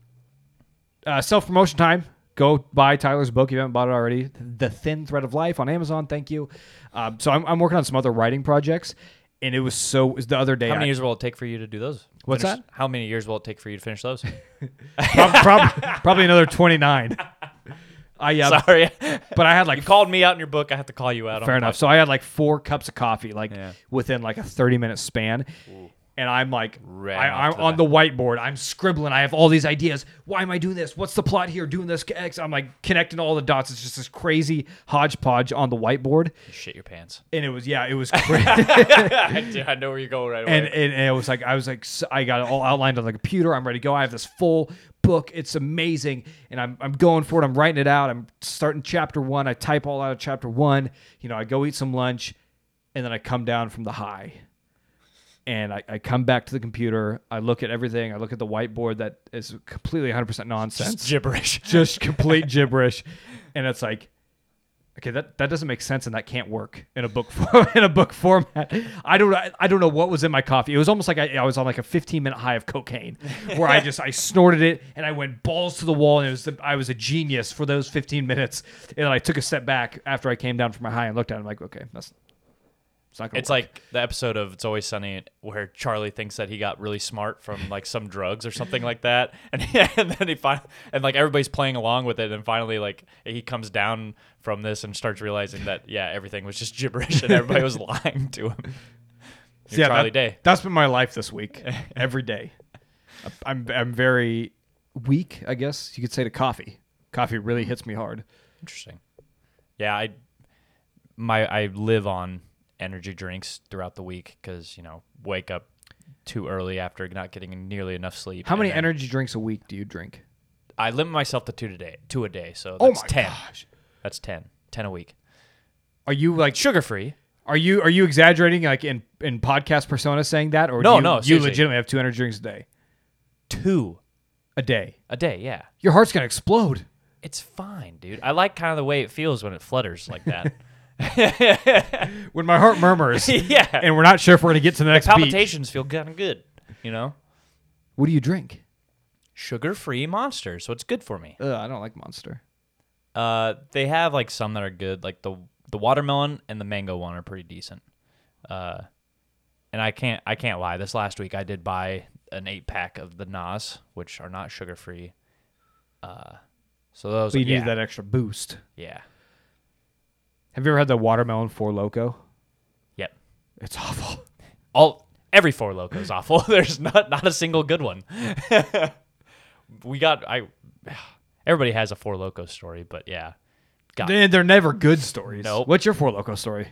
[SPEAKER 1] uh, self promotion time. Go buy Tyler's book. If you haven't bought it already, The Thin Thread of Life on Amazon. Thank you. Um, so I'm, I'm working on some other writing projects, and it was so. It was the other day.
[SPEAKER 2] How many
[SPEAKER 1] I-
[SPEAKER 2] years will it take for you to do those?
[SPEAKER 1] What's
[SPEAKER 2] Finish-
[SPEAKER 1] that?
[SPEAKER 2] How many years will it take for you to finish those?
[SPEAKER 1] prob- prob- probably another 29. I uh,
[SPEAKER 2] Sorry.
[SPEAKER 1] but I had like
[SPEAKER 2] you called me out in your book. I have to call you out. on
[SPEAKER 1] Fair
[SPEAKER 2] the
[SPEAKER 1] enough.
[SPEAKER 2] podcast.
[SPEAKER 1] So I had like four cups of coffee, like
[SPEAKER 2] Yeah.
[SPEAKER 1] within like a thirty minute span, and I'm like,
[SPEAKER 2] Right
[SPEAKER 1] I, I'm
[SPEAKER 2] off to the
[SPEAKER 1] on the whiteboard. I'm scribbling. I have all these ideas. Why am I doing this? What's the plot here? Doing this? X. I'm like connecting all the dots. It's just this crazy hodgepodge on the whiteboard,
[SPEAKER 2] You shit your pants.
[SPEAKER 1] and it was yeah, it was crazy.
[SPEAKER 2] I, I know where you're going right away.
[SPEAKER 1] and, and, and it was like I was like s- I got it all outlined on the computer. I'm ready to go. I have this full book. It's amazing, and I'm I'm going for it. I'm writing it out. I'm starting chapter one. I type all out of chapter one. You know, I go eat some lunch, and then I come down from the high, and I, I come back to the computer. I look at everything. I look at the whiteboard that is completely 100 percent nonsense
[SPEAKER 2] It's gibberish.
[SPEAKER 1] just complete gibberish and it's like okay that, that doesn't make sense and that can't work in a book form in a book format i don't I, I don't know what was in my coffee it was almost like I, I was on like a 15 minute high of cocaine where i just i snorted it and i went balls to the wall and it was the, i was a genius for those 15 minutes and then i took a step back after i came down from my high and looked at it i'm like okay that's it's not gonna
[SPEAKER 2] It's
[SPEAKER 1] work.
[SPEAKER 2] like the episode of It's Always Sunny where Charlie thinks that he got really smart from like some drugs or something like that, and, and then he fin- and like everybody's playing along with it, and finally like he comes down from this and starts realizing that yeah everything was just gibberish and everybody was lying to him. Your Charlie
[SPEAKER 1] that,
[SPEAKER 2] Day.
[SPEAKER 1] That's been my life this week, every day. I'm I'm very week, I guess you could say, to coffee. Coffee really hits me hard.
[SPEAKER 2] Interesting. Yeah, I my I live on energy drinks throughout the week because you know wake up too early after not getting nearly enough sleep.
[SPEAKER 1] How
[SPEAKER 2] and
[SPEAKER 1] many
[SPEAKER 2] then-
[SPEAKER 1] energy drinks a week do you drink?
[SPEAKER 2] I limit myself to two today, two a day. So
[SPEAKER 1] Oh
[SPEAKER 2] that's
[SPEAKER 1] my
[SPEAKER 2] ten.
[SPEAKER 1] gosh.
[SPEAKER 2] That's ten. Ten a week.
[SPEAKER 1] Are you like
[SPEAKER 2] Sugar free.
[SPEAKER 1] are you are you exaggerating like in in podcast persona saying that or do
[SPEAKER 2] No,
[SPEAKER 1] you,
[SPEAKER 2] no,
[SPEAKER 1] you
[SPEAKER 2] seriously.
[SPEAKER 1] legitimately have two energy drinks a day
[SPEAKER 2] Two
[SPEAKER 1] a day
[SPEAKER 2] a day. Yeah,
[SPEAKER 1] your heart's gonna explode
[SPEAKER 2] it's fine, dude. I like kind of the way it feels when it flutters like that.
[SPEAKER 1] when my heart murmurs
[SPEAKER 2] yeah,
[SPEAKER 1] and we're not sure if we're gonna get to the next beat.
[SPEAKER 2] palpitations feel kind of good. You know,
[SPEAKER 1] What do you drink?
[SPEAKER 2] sugar free monster, so it's good for me.
[SPEAKER 1] Ugh, I don't like Monster.
[SPEAKER 2] Uh, they have like some that are good, like the the watermelon and the mango one are pretty decent. Uh, and I can't I can't lie. This last week I did buy an eight pack of the Nas, which are not sugar free. Uh, so those
[SPEAKER 1] So you
[SPEAKER 2] yeah,
[SPEAKER 1] need that extra boost.
[SPEAKER 2] yeah
[SPEAKER 1] Have you ever had the watermelon four loco?
[SPEAKER 2] yep
[SPEAKER 1] It's awful.
[SPEAKER 2] all every four loco is awful. There's not not a single good one. we got I everybody has a four loco story, but yeah, God,
[SPEAKER 1] They- They're never good stories.
[SPEAKER 2] Nope. Uh,
[SPEAKER 1] What's your four loco story?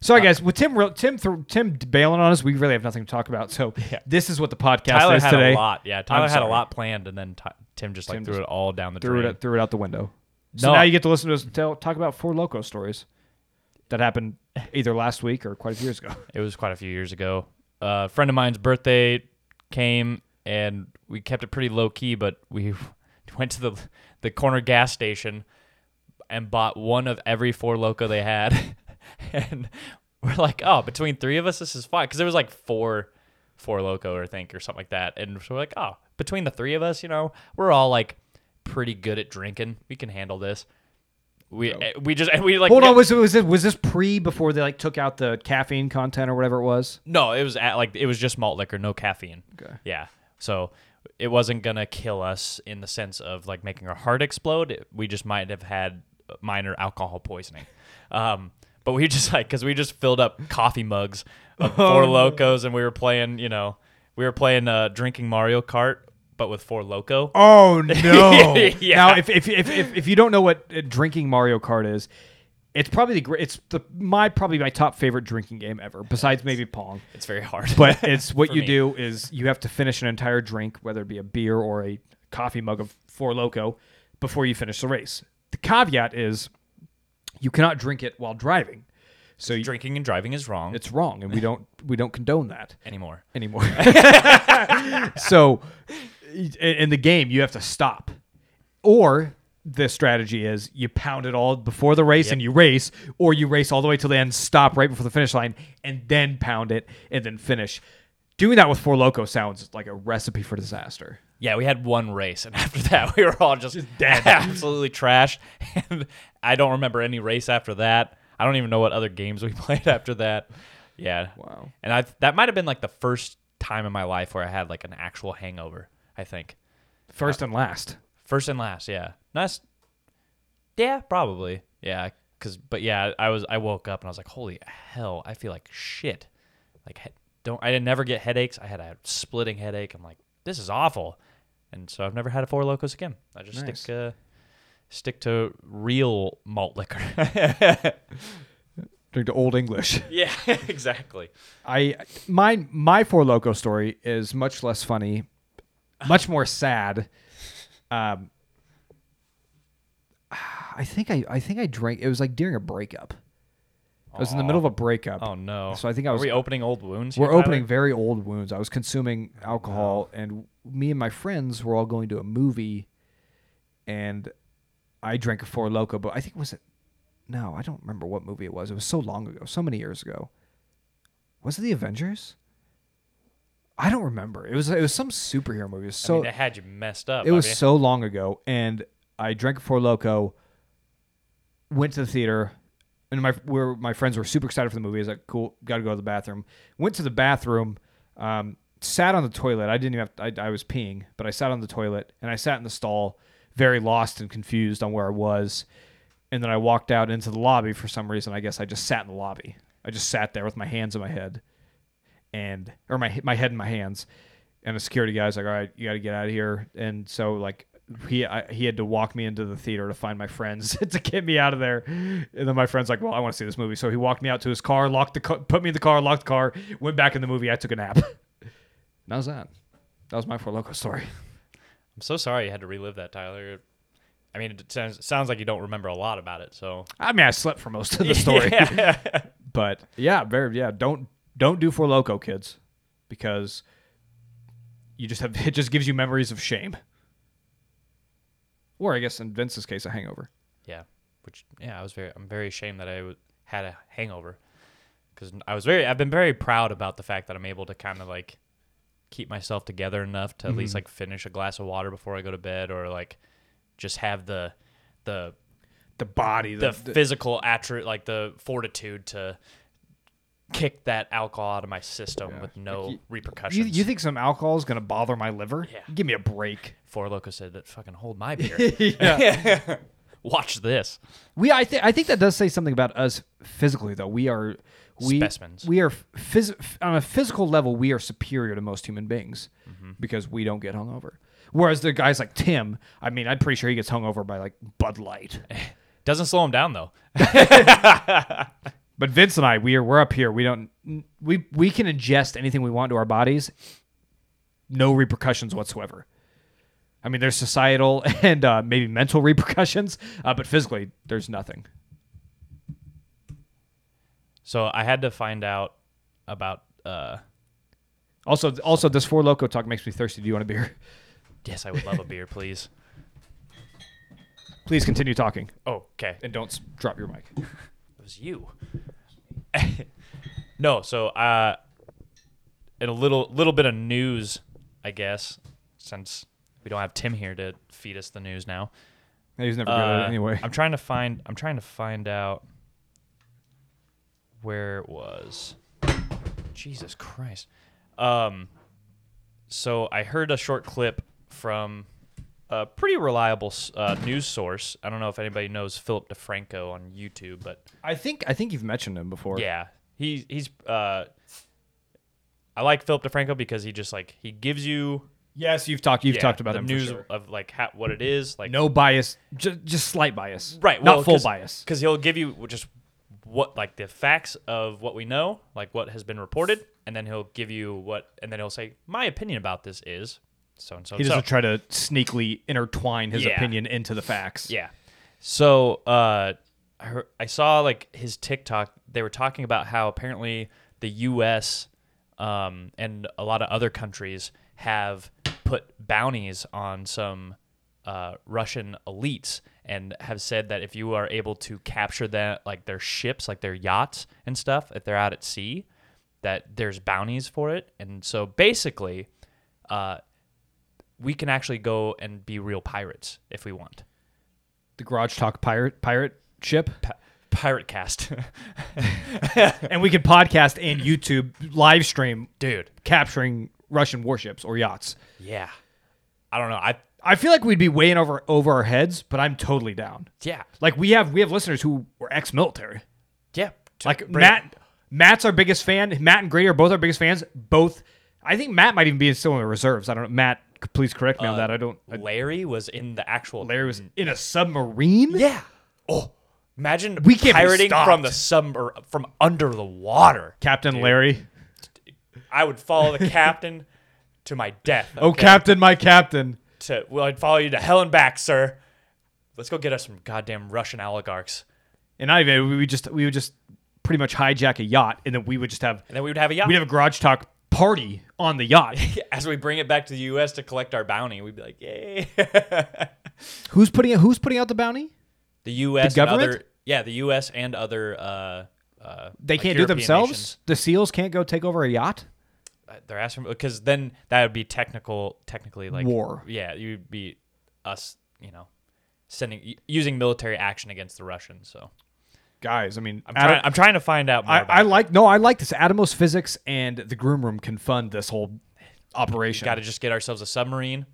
[SPEAKER 1] Sorry guys, with Tim real- Tim th- Tim bailing on us, we really have nothing to talk about. So this is what the podcast
[SPEAKER 2] Tyler
[SPEAKER 1] is
[SPEAKER 2] had
[SPEAKER 1] today.
[SPEAKER 2] a lot. Yeah, Tyler had a
[SPEAKER 1] sorry.
[SPEAKER 2] lot planned, and then Ty- Tim just like
[SPEAKER 1] Tim
[SPEAKER 2] threw
[SPEAKER 1] just
[SPEAKER 2] it all down the
[SPEAKER 1] Threw it
[SPEAKER 2] drain.
[SPEAKER 1] out- threw it out the window. So
[SPEAKER 2] No.
[SPEAKER 1] now you get to listen to us tell, talk about four loco stories that happened either last week or quite a few years ago.
[SPEAKER 2] It was quite a few years ago. Uh, a friend of mine's birthday came, and we kept it pretty low key, but we went to the the corner gas station and bought one of every four loco they had, and we're like, oh, between three of us, this is fine, because there was like four four loco, I think, or something like that, and so we're like, oh, between the three of us, you know, we're all like pretty good at drinking. We can handle this. We eh, we just and we like
[SPEAKER 1] Hold
[SPEAKER 2] we-
[SPEAKER 1] on, was was this, was this pre before they like took out the caffeine content or whatever it was?
[SPEAKER 2] No, it was at, like it was just malt liquor, no caffeine. Okay. Yeah. So it wasn't gonna kill us in the sense of like making our heart explode. It- we just might have had minor alcohol poisoning. Um, but we just like because we just filled up coffee mugs of four locos and we were playing. You know, we were playing uh, drinking Mario Kart, but with four loco.
[SPEAKER 1] Oh no!
[SPEAKER 2] Yeah.
[SPEAKER 1] Now, if if, if if if you don't know what uh, drinking Mario Kart is, it's probably the great. It's the my probably my top favorite drinking game ever, besides maybe Pong.
[SPEAKER 2] It's very hard.
[SPEAKER 1] But it's what
[SPEAKER 2] For
[SPEAKER 1] you
[SPEAKER 2] me.
[SPEAKER 1] do is you have to finish an entire drink, whether it be a beer or a coffee mug of Four Loco, before you finish the race. The caveat is you cannot drink it while driving, so you,
[SPEAKER 2] drinking and driving is wrong
[SPEAKER 1] it's wrong, and we don't we don't condone that
[SPEAKER 2] anymore.
[SPEAKER 1] anymore. so, i- in the game, you have to stop. Or the strategy is you pound it all before the race and you race, or you race all the way till the end, stop right before the finish line, and then pound it and then finish. Doing that with Four Loco sounds like a recipe for disaster.
[SPEAKER 2] Yeah, we had one race, and after that, we were all just, dead, absolutely trashed. And I don't remember any race after that. I don't even know what other games we played after that. Yeah.
[SPEAKER 1] Wow.
[SPEAKER 2] And I that might have been like the first time in my life where I had like an actual hangover. I think
[SPEAKER 1] First and last.
[SPEAKER 2] first and last. Yeah. Nice. Yeah, probably. Yeah. Cause, but yeah, I was I woke up and I was like, holy hell, I feel like shit. Like he- don't I never get headaches. I had a splitting headache. I'm like, this is awful. And so I've never had a four locos again. I just
[SPEAKER 1] Nice.
[SPEAKER 2] stick uh, stick to real malt liquor.
[SPEAKER 1] Drink to Old English.
[SPEAKER 2] yeah, exactly.
[SPEAKER 1] I my my four loco story is much less funny, much more sad. Um, I think I I think I drank. It was like during a breakup. I was in the middle of a breakup.
[SPEAKER 2] Oh no.
[SPEAKER 1] So I think I
[SPEAKER 2] Are
[SPEAKER 1] was-
[SPEAKER 2] we opening old wounds.
[SPEAKER 1] We're
[SPEAKER 2] here, Tyler?
[SPEAKER 1] opening very old wounds. I was consuming alcohol, and me and my friends were all going to a movie, and I drank a four loco. But I think was it? No, I don't remember what movie it was. It was so long ago, so many years ago. Was it the Avengers? I don't remember. It was it was some superhero movie. It was
[SPEAKER 2] I
[SPEAKER 1] so
[SPEAKER 2] mean, that had you messed up.
[SPEAKER 1] it
[SPEAKER 2] I
[SPEAKER 1] was
[SPEAKER 2] mean,
[SPEAKER 1] so long ago, and I drank Four Loco. Went to the theater, and my where my friends were super excited for the movie. I was like, "Cool, got to go to the bathroom." Went to the bathroom, um, sat on the toilet. I didn't even have. I, I was peeing, but I sat on the toilet and I sat in the stall, very lost and confused on where I was. And then I walked out into the lobby for some reason. I guess I just sat in the lobby. I just sat there with my hands in my head, and or my my head in my hands, and the security guy's like, "All right, you got to get out of here." And so like he I, he had to walk me into the theater to find my friends to get me out of there. And then my friend's like, "Well, I want to see this movie," so he walked me out to his car, locked the car, put me in the car, locked the car, went back in the movie. I took a nap. and that was that. That was my four loco story.
[SPEAKER 2] I'm so sorry you had to relive that, Tyler. I mean, it sounds, sounds like you don't remember a lot about it. So
[SPEAKER 1] I mean, I slept for most of the story. But yeah, very yeah. Don't don't do for loco kids, because you just have it just gives you memories of shame. Or I guess in Vince's case, a hangover.
[SPEAKER 2] yeah, which yeah, I was very I'm very ashamed that I w- had a hangover because I was very I've been very proud about the fact that I'm able to kind of like keep myself together enough to at
[SPEAKER 1] Mm-hmm.
[SPEAKER 2] least like finish a glass of water before I go to bed or like just have the the
[SPEAKER 1] The body,
[SPEAKER 2] the, physical attribute like the fortitude to kick that alcohol out of my system with no repercussions.
[SPEAKER 1] You, you think some alcohol is gonna bother my liver?
[SPEAKER 2] Yeah.
[SPEAKER 1] Give me a break.
[SPEAKER 2] Four Loco said that fucking hold my beer. Watch this.
[SPEAKER 1] We I think I think that does say something about us physically though. We are we
[SPEAKER 2] Specimens.
[SPEAKER 1] we are phys- on a physical level we are superior to most human beings because we don't get hungover. Whereas the guys like Tim, I mean, I'm pretty sure he gets hungover by like Bud Light.
[SPEAKER 2] Doesn't slow him down though.
[SPEAKER 1] But Vince and I, we are we're up here. We don't we we can ingest anything we want to our bodies, no repercussions whatsoever. I mean, there's societal and uh, maybe mental repercussions, uh, but physically, there's nothing.
[SPEAKER 2] So I had to find out about uh
[SPEAKER 1] Also, also this four loco talk makes me thirsty. Do you want a beer?
[SPEAKER 2] yes, I would love a beer, please.
[SPEAKER 1] Please continue talking
[SPEAKER 2] Oh, okay.
[SPEAKER 1] and don't s- drop your mic.
[SPEAKER 2] It was you. no, so uh in a little little bit of news, I guess, since we don't have Tim here to feed us the news now.
[SPEAKER 1] He's never good at
[SPEAKER 2] Uh,
[SPEAKER 1] it anyway.
[SPEAKER 2] I'm trying to find. I'm trying to find out where it was. Jesus Christ. Um. So I heard a short clip from a pretty reliable s- uh, news source. I don't know if anybody knows Philip DeFranco on YouTube, but
[SPEAKER 1] I think I think you've mentioned him before.
[SPEAKER 2] yeah, he's he's. Uh, I like Philip DeFranco because he just like he gives you
[SPEAKER 1] Yes, you've talked. You've
[SPEAKER 2] yeah,
[SPEAKER 1] talked about
[SPEAKER 2] the
[SPEAKER 1] him. for
[SPEAKER 2] news
[SPEAKER 1] sure.
[SPEAKER 2] of like ha- what it is like
[SPEAKER 1] No bias, just, just slight bias.
[SPEAKER 2] right
[SPEAKER 1] Not
[SPEAKER 2] well,
[SPEAKER 1] full
[SPEAKER 2] cause,
[SPEAKER 1] bias.
[SPEAKER 2] because he'll give you just what like the facts of what we know like what has been reported and then he'll give you what and then he'll say my opinion about this is so and so
[SPEAKER 1] He
[SPEAKER 2] and so.
[SPEAKER 1] doesn't try to sneakily intertwine his
[SPEAKER 2] Yeah.
[SPEAKER 1] opinion into the facts.
[SPEAKER 2] yeah so uh I, heard, I saw like his tiktok they were talking about how apparently the us um and a lot of other countries have put bounties on some uh, Russian elites and have said that if you are able to capture that, like their ships, like their yachts and stuff, if they're out at sea, that there's bounties for it. And so basically, uh, we can actually go and be real pirates if we want.
[SPEAKER 1] The garage talk pirate pirate ship,
[SPEAKER 2] Pi- pirate cast,
[SPEAKER 1] and we could podcast and YouTube live stream
[SPEAKER 2] dude.
[SPEAKER 1] capturing Russian warships or yachts.
[SPEAKER 2] Yeah, I don't know. I
[SPEAKER 1] I feel like we'd be way in over over our heads, but I'm totally down.
[SPEAKER 2] yeah
[SPEAKER 1] Like we have we have listeners who were ex-military.
[SPEAKER 2] yeah. To
[SPEAKER 1] Like
[SPEAKER 2] bring-
[SPEAKER 1] Matt, Matt's our biggest fan. Matt and Grady are both our biggest fans. Both, I think Matt might even be still in the reserves. I don't know. Matt, c- please correct
[SPEAKER 2] Uh,
[SPEAKER 1] me on that. I don't. I,
[SPEAKER 2] Larry was in the actual.
[SPEAKER 1] Larry was in a submarine.
[SPEAKER 2] Yeah. Oh, imagine
[SPEAKER 1] We can't be
[SPEAKER 2] pirating from
[SPEAKER 1] stopped.
[SPEAKER 2] the sub or from under the water.
[SPEAKER 1] Captain Larry.
[SPEAKER 2] I would follow the captain to my death.
[SPEAKER 1] Oh,
[SPEAKER 2] okay?
[SPEAKER 1] Captain, my Captain.
[SPEAKER 2] To, well, I'd follow you to hell and back, sir. Let's go get us some goddamn Russian oligarchs,
[SPEAKER 1] And not even we would just we would just pretty much hijack a yacht, and then we would just have
[SPEAKER 2] and then we would have a yacht.
[SPEAKER 1] we'd have a garage talk party on the yacht.
[SPEAKER 2] As we bring it back to the U.S. to collect our bounty, we'd be like, "Yay!"
[SPEAKER 1] who's putting who's putting out the bounty?
[SPEAKER 2] the U.S.
[SPEAKER 1] The
[SPEAKER 2] and
[SPEAKER 1] government?
[SPEAKER 2] other, yeah, the U.S. and other. Uh, uh,
[SPEAKER 1] They
[SPEAKER 2] like
[SPEAKER 1] can't do
[SPEAKER 2] European
[SPEAKER 1] themselves.
[SPEAKER 2] nations.
[SPEAKER 1] The seals can't go take over a yacht.
[SPEAKER 2] Uh, They're asking because then that would be technical, technically like
[SPEAKER 1] War.
[SPEAKER 2] Yeah, you'd be us, you know, sending u- using military action against the Russians. So
[SPEAKER 1] Guys, I mean,
[SPEAKER 2] I'm, trying, I'm trying to find out more.
[SPEAKER 1] I,
[SPEAKER 2] about
[SPEAKER 1] I like no, I like this. Atomos physics and the groom room can fund this whole operation.
[SPEAKER 2] Got to just get ourselves a submarine,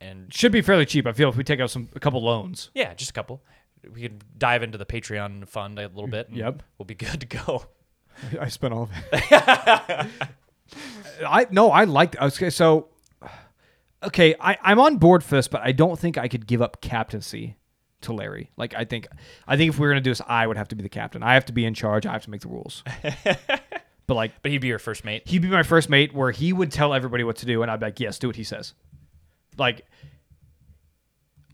[SPEAKER 2] and
[SPEAKER 1] Should be fairly cheap. I feel if we take out some a couple loans.
[SPEAKER 2] yeah, just a couple. We could dive into the Patreon fund a
[SPEAKER 1] Mm,
[SPEAKER 2] little bit. and
[SPEAKER 1] Yep.
[SPEAKER 2] we'll be good to go.
[SPEAKER 1] I spent all of it. I no, I like. Okay, so okay, I, I'm on board for this, but I don't think I could give up captaincy to Larry. Like I think, I think if we were gonna do this, I would have to be the captain. I have to be in charge. I have to make the rules. but like,
[SPEAKER 2] But he'd be your first mate.
[SPEAKER 1] he'd be my first mate, where he would tell everybody what to do, and I'd be like, yes, do what he says. Like,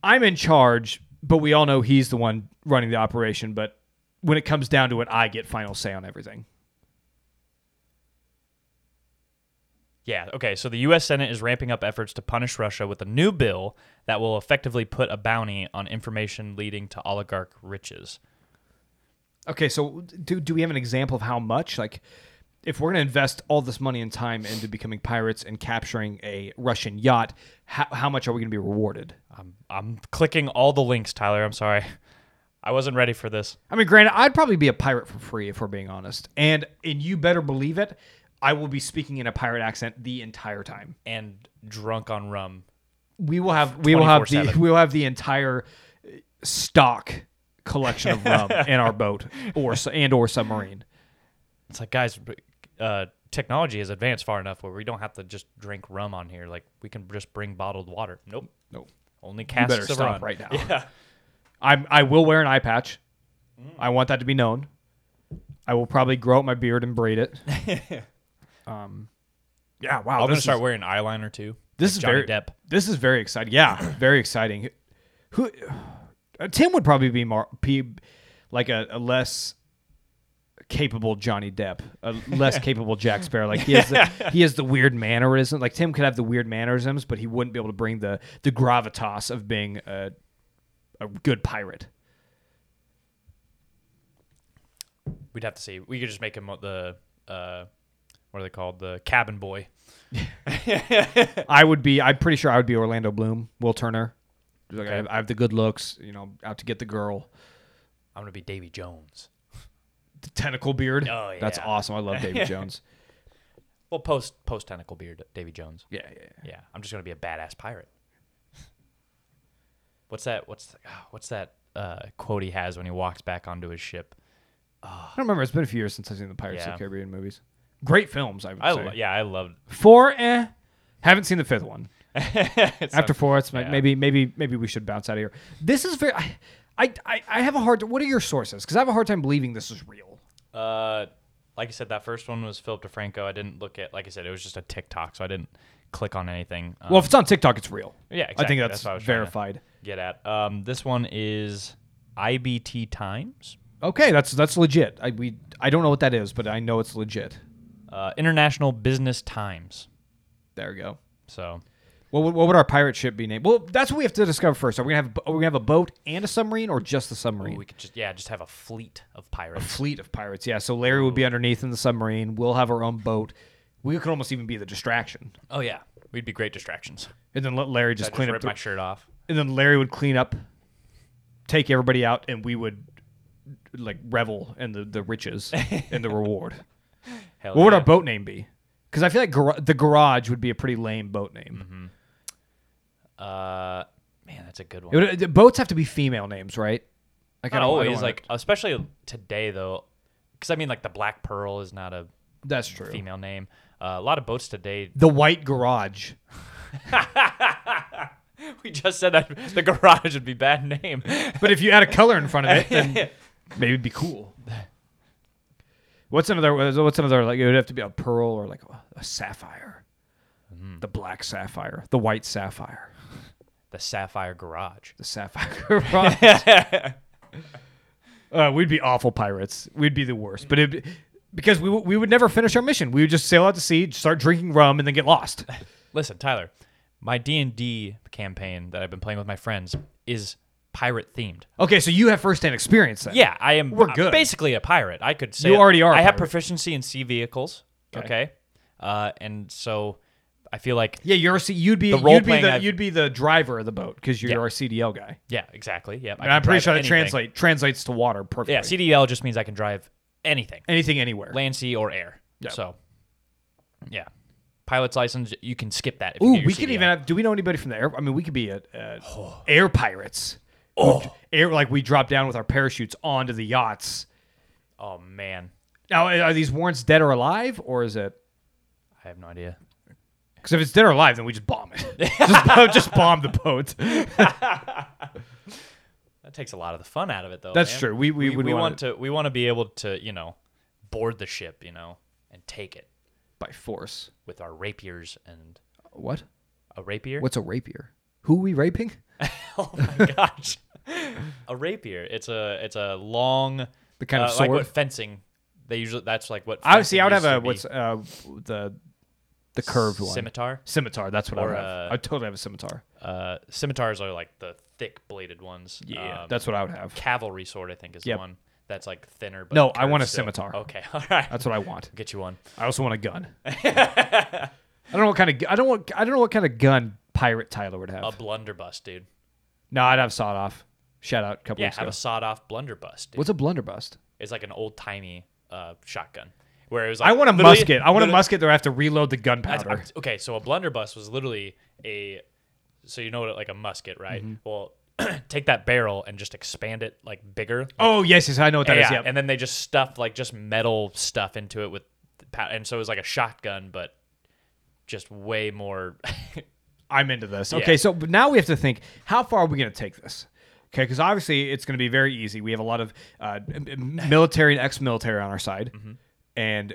[SPEAKER 1] I'm in charge, but we all know he's the one running the operation. But when it comes down to it, I get final say on everything.
[SPEAKER 2] Yeah, okay. So the U.S. Senate is ramping up efforts to punish Russia with a new bill that will effectively put a bounty on information leading to oligarch riches.
[SPEAKER 1] Okay, so do do we have an example of how much? Like, if we're going to invest all this money and time into becoming pirates and capturing a Russian yacht, how, how much are we going to be rewarded?
[SPEAKER 2] I'm, I'm clicking all the links, Tyler. I'm sorry. I wasn't ready for this.
[SPEAKER 1] I mean, granted, I'd probably be a pirate for free if we're being honest, and and you better believe it, I will be speaking in a pirate accent the entire time.
[SPEAKER 2] And drunk on rum.
[SPEAKER 1] We will have we will have the
[SPEAKER 2] 24/7.
[SPEAKER 1] we will have the entire uh, stock collection of rum in our boat or s- and or submarine.
[SPEAKER 2] It's like, guys, uh, technology has advanced far enough where we don't have to just drink rum on here. Like, we can just bring bottled water. Nope.
[SPEAKER 1] Nope.
[SPEAKER 2] Only
[SPEAKER 1] You
[SPEAKER 2] casks
[SPEAKER 1] better
[SPEAKER 2] of
[SPEAKER 1] stop
[SPEAKER 2] rum.
[SPEAKER 1] right now. I'm, I will wear an eye patch. I want that to be known. I will probably grow out my beard and braid it. um, yeah, wow.
[SPEAKER 2] I'm
[SPEAKER 1] this
[SPEAKER 2] gonna start
[SPEAKER 1] is,
[SPEAKER 2] wearing eyeliner too.
[SPEAKER 1] This is
[SPEAKER 2] like Johnny
[SPEAKER 1] very
[SPEAKER 2] Depp.
[SPEAKER 1] this is very exciting. Yeah, very exciting. Who uh, Tim would probably be more be like a, a less capable Johnny Depp, a less capable Jack Sparrow. Like he has the, he has the weird mannerism. Like Tim could have the weird mannerisms, but he wouldn't be able to bring the the gravitas of being a a good pirate.
[SPEAKER 2] We'd have to see. We could just make him the uh, what are they called? The cabin boy.
[SPEAKER 1] I would be. I'm pretty sure I would be Orlando Bloom, Will Turner. Like, I, have, I have the good looks, you know, out to get the girl.
[SPEAKER 2] I'm gonna be Davy Jones.
[SPEAKER 1] The tentacle beard.
[SPEAKER 2] Oh, yeah.
[SPEAKER 1] that's awesome. I love David Jones.
[SPEAKER 2] Well, post post tentacle beard, Davy Jones.
[SPEAKER 1] Yeah, yeah, yeah.
[SPEAKER 2] Yeah, I'm just gonna be a badass pirate. What's that? What's the, ah, what's that uh, quote he has when he walks back onto his ship?
[SPEAKER 1] I don't remember. It's been a few years since I've seen the Pirates of
[SPEAKER 2] Yeah.
[SPEAKER 1] the Caribbean movies. Great films. I would
[SPEAKER 2] I
[SPEAKER 1] say
[SPEAKER 2] lo- yeah, I loved.
[SPEAKER 1] four. Eh, haven't seen the fifth one.
[SPEAKER 2] It's
[SPEAKER 1] After
[SPEAKER 2] not-
[SPEAKER 1] four, it's like
[SPEAKER 2] yeah.
[SPEAKER 1] maybe, maybe, maybe we should bounce out of here. This is very. I, I, I- I have a hard. What are your sources? Because I have a hard time believing this is real.
[SPEAKER 2] Uh, like I said, that first one was Philip DeFranco. I didn't look at. Like I said, it was just a TikTok, so I didn't click on anything. Um,
[SPEAKER 1] Well, if it's on TikTok, it's real.
[SPEAKER 2] yeah,
[SPEAKER 1] I think
[SPEAKER 2] exactly.
[SPEAKER 1] that's,
[SPEAKER 2] That's what I was trying to-
[SPEAKER 1] verified.
[SPEAKER 2] get at. Um, this one is IBT Times,
[SPEAKER 1] Okay, that's that's legit. I we I don't know what that is, but I know it's legit.
[SPEAKER 2] uh, International Business Times.
[SPEAKER 1] There we go.
[SPEAKER 2] So
[SPEAKER 1] What, would- what would our pirate ship be named? Well, that's what we have to discover first. Are we gonna have are we gonna have a boat and a submarine, or just the submarine?
[SPEAKER 2] we could just yeah, just have a fleet of pirates.
[SPEAKER 1] Fleet of pirates. Yeah. So Larry
[SPEAKER 2] Oh.
[SPEAKER 1] would be underneath in the submarine. We'll have our own boat. We could almost even be the distraction,
[SPEAKER 2] Oh yeah, we'd be great distractions.
[SPEAKER 1] and then let Larry just
[SPEAKER 2] I'd
[SPEAKER 1] clean
[SPEAKER 2] just
[SPEAKER 1] up.
[SPEAKER 2] rip
[SPEAKER 1] the-
[SPEAKER 2] my shirt off.
[SPEAKER 1] and then Larry would clean up, take everybody out, and we would like revel in the the riches and the reward.
[SPEAKER 2] Hell
[SPEAKER 1] What would
[SPEAKER 2] Oh, yeah.
[SPEAKER 1] our boat name be? Because I feel like gar- the garage would be a pretty lame boat name.
[SPEAKER 2] Mm-hmm. Uh, man, that's a good one.
[SPEAKER 1] It would, the boats have to be female names, right? Like, I don't- I
[SPEAKER 2] Not
[SPEAKER 1] don't
[SPEAKER 2] always
[SPEAKER 1] wanna-
[SPEAKER 2] Oh, like, especially today though, because I mean like the Black Pearl is not a
[SPEAKER 1] that's true.
[SPEAKER 2] female name. Uh, a lot of boats today.
[SPEAKER 1] The white garage.
[SPEAKER 2] We just said that the garage would be bad name.
[SPEAKER 1] But if you add a color in front of it, then maybe it'd be cool. What's another? What's another? Like it would have to be a pearl or like a sapphire,
[SPEAKER 2] Hmm.
[SPEAKER 1] the black sapphire, the white sapphire,
[SPEAKER 2] the Sapphire Garage.
[SPEAKER 1] the sapphire garage. uh, we'd be awful pirates. We'd be the worst. But it because we w- we would never finish our mission. We would just sail out to sea, start drinking rum, and then get lost.
[SPEAKER 2] Listen, Tyler, my D and D campaign that I've been playing with my friends is pirate themed.
[SPEAKER 1] Okay, so you have firsthand experience then.
[SPEAKER 2] Yeah, I am.
[SPEAKER 1] We're
[SPEAKER 2] I'm
[SPEAKER 1] good.
[SPEAKER 2] basically a pirate. I could say
[SPEAKER 1] You already are a
[SPEAKER 2] I have
[SPEAKER 1] pirate.
[SPEAKER 2] proficiency in sea vehicles. Okay, uh, and so I feel like
[SPEAKER 1] Yeah, you're a C- you'd be
[SPEAKER 2] The
[SPEAKER 1] you'd be
[SPEAKER 2] role-playing
[SPEAKER 1] the
[SPEAKER 2] I've-
[SPEAKER 1] you'd be the driver of the boat because you're
[SPEAKER 2] Yeah.
[SPEAKER 1] our CDL guy.
[SPEAKER 2] yeah, exactly. Yeah,
[SPEAKER 1] And I'm pretty sure that
[SPEAKER 2] translates.
[SPEAKER 1] translate translates to water perfectly.
[SPEAKER 2] Yeah, CDL just means I can drive anything,
[SPEAKER 1] anything anywhere.
[SPEAKER 2] land, sea, or air.
[SPEAKER 1] Yeah.
[SPEAKER 2] So, yeah, pilot's license. You can skip that. If you
[SPEAKER 1] Ooh,
[SPEAKER 2] get your E
[SPEAKER 1] we could
[SPEAKER 2] CDL.
[SPEAKER 1] even have. Do we know anybody from the air? I mean, we could be a, a air pirates. Oh, air like we drop down with our parachutes onto the yachts.
[SPEAKER 2] Oh man,
[SPEAKER 1] Now, are these warrants dead or alive, or is it?
[SPEAKER 2] I have no idea.
[SPEAKER 1] Because if it's dead or alive, then we just bomb it. just, bomb, just bomb the boat.
[SPEAKER 2] That takes a lot of the fun out of it, though.
[SPEAKER 1] That's
[SPEAKER 2] man.
[SPEAKER 1] true. We- we would wanna-
[SPEAKER 2] want to we want to be able to you know board the ship, you know, and take it
[SPEAKER 1] By force.
[SPEAKER 2] with our rapiers and
[SPEAKER 1] What?
[SPEAKER 2] a rapier.
[SPEAKER 1] What's a rapier? Who are we raping?
[SPEAKER 2] oh my gosh, a rapier. It's a it's a long
[SPEAKER 1] The kind of
[SPEAKER 2] uh, like what
[SPEAKER 1] sword?
[SPEAKER 2] fencing. They usually that's like what.
[SPEAKER 1] I see. I would have
[SPEAKER 2] fencing
[SPEAKER 1] a
[SPEAKER 2] used
[SPEAKER 1] what's
[SPEAKER 2] to be.
[SPEAKER 1] uh the the curved one.
[SPEAKER 2] scimitar.
[SPEAKER 1] Scimitar. That's what I
[SPEAKER 2] Or,
[SPEAKER 1] would have.
[SPEAKER 2] uh,
[SPEAKER 1] I would totally have a scimitar.
[SPEAKER 2] Uh, scimitars are like the thick bladed ones.
[SPEAKER 1] Yeah,
[SPEAKER 2] Um,
[SPEAKER 1] that's what I would have.
[SPEAKER 2] cavalry sword. I think is
[SPEAKER 1] Yep.
[SPEAKER 2] the one that's like thinner. But
[SPEAKER 1] No, I
[SPEAKER 2] curved
[SPEAKER 1] want a
[SPEAKER 2] still.
[SPEAKER 1] scimitar.
[SPEAKER 2] Okay, all right.
[SPEAKER 1] That's what I want.
[SPEAKER 2] get you one.
[SPEAKER 1] I also want a gun. I don't know what kind of. gu- I don't want. I don't know what kind of gun pirate Tyler would have.
[SPEAKER 2] A blunderbuss, dude.
[SPEAKER 1] no, I'd have sawed off. Shout out a couple
[SPEAKER 2] Yeah,
[SPEAKER 1] weeks
[SPEAKER 2] have
[SPEAKER 1] ago.
[SPEAKER 2] a sawed off blunderbuss, dude.
[SPEAKER 1] What's a blunderbust?
[SPEAKER 2] It's like an old timey uh, shotgun. Where it was like
[SPEAKER 1] I want a
[SPEAKER 2] literally-
[SPEAKER 1] musket. I want a
[SPEAKER 2] literally-
[SPEAKER 1] musket that I have to reload the
[SPEAKER 2] that's-
[SPEAKER 1] gunpowder.
[SPEAKER 2] Okay, so a blunderbuss was literally a so you know what like a musket, right?
[SPEAKER 1] Mm-hmm.
[SPEAKER 2] Well, take that barrel and just expand it like bigger.
[SPEAKER 1] Oh yes, yes, I know what that is.
[SPEAKER 2] yeah,
[SPEAKER 1] Yep.
[SPEAKER 2] and then they just stuffed like just metal stuff into it with the pow- and so it was like a shotgun but just way more
[SPEAKER 1] I'm into this.
[SPEAKER 2] Yeah.
[SPEAKER 1] Okay, so but now we have to think how far are we going to take this? Okay, because obviously it's going to be very easy. We have a lot of uh, m- m- military and ex-military on our side,
[SPEAKER 2] Mm-hmm.
[SPEAKER 1] and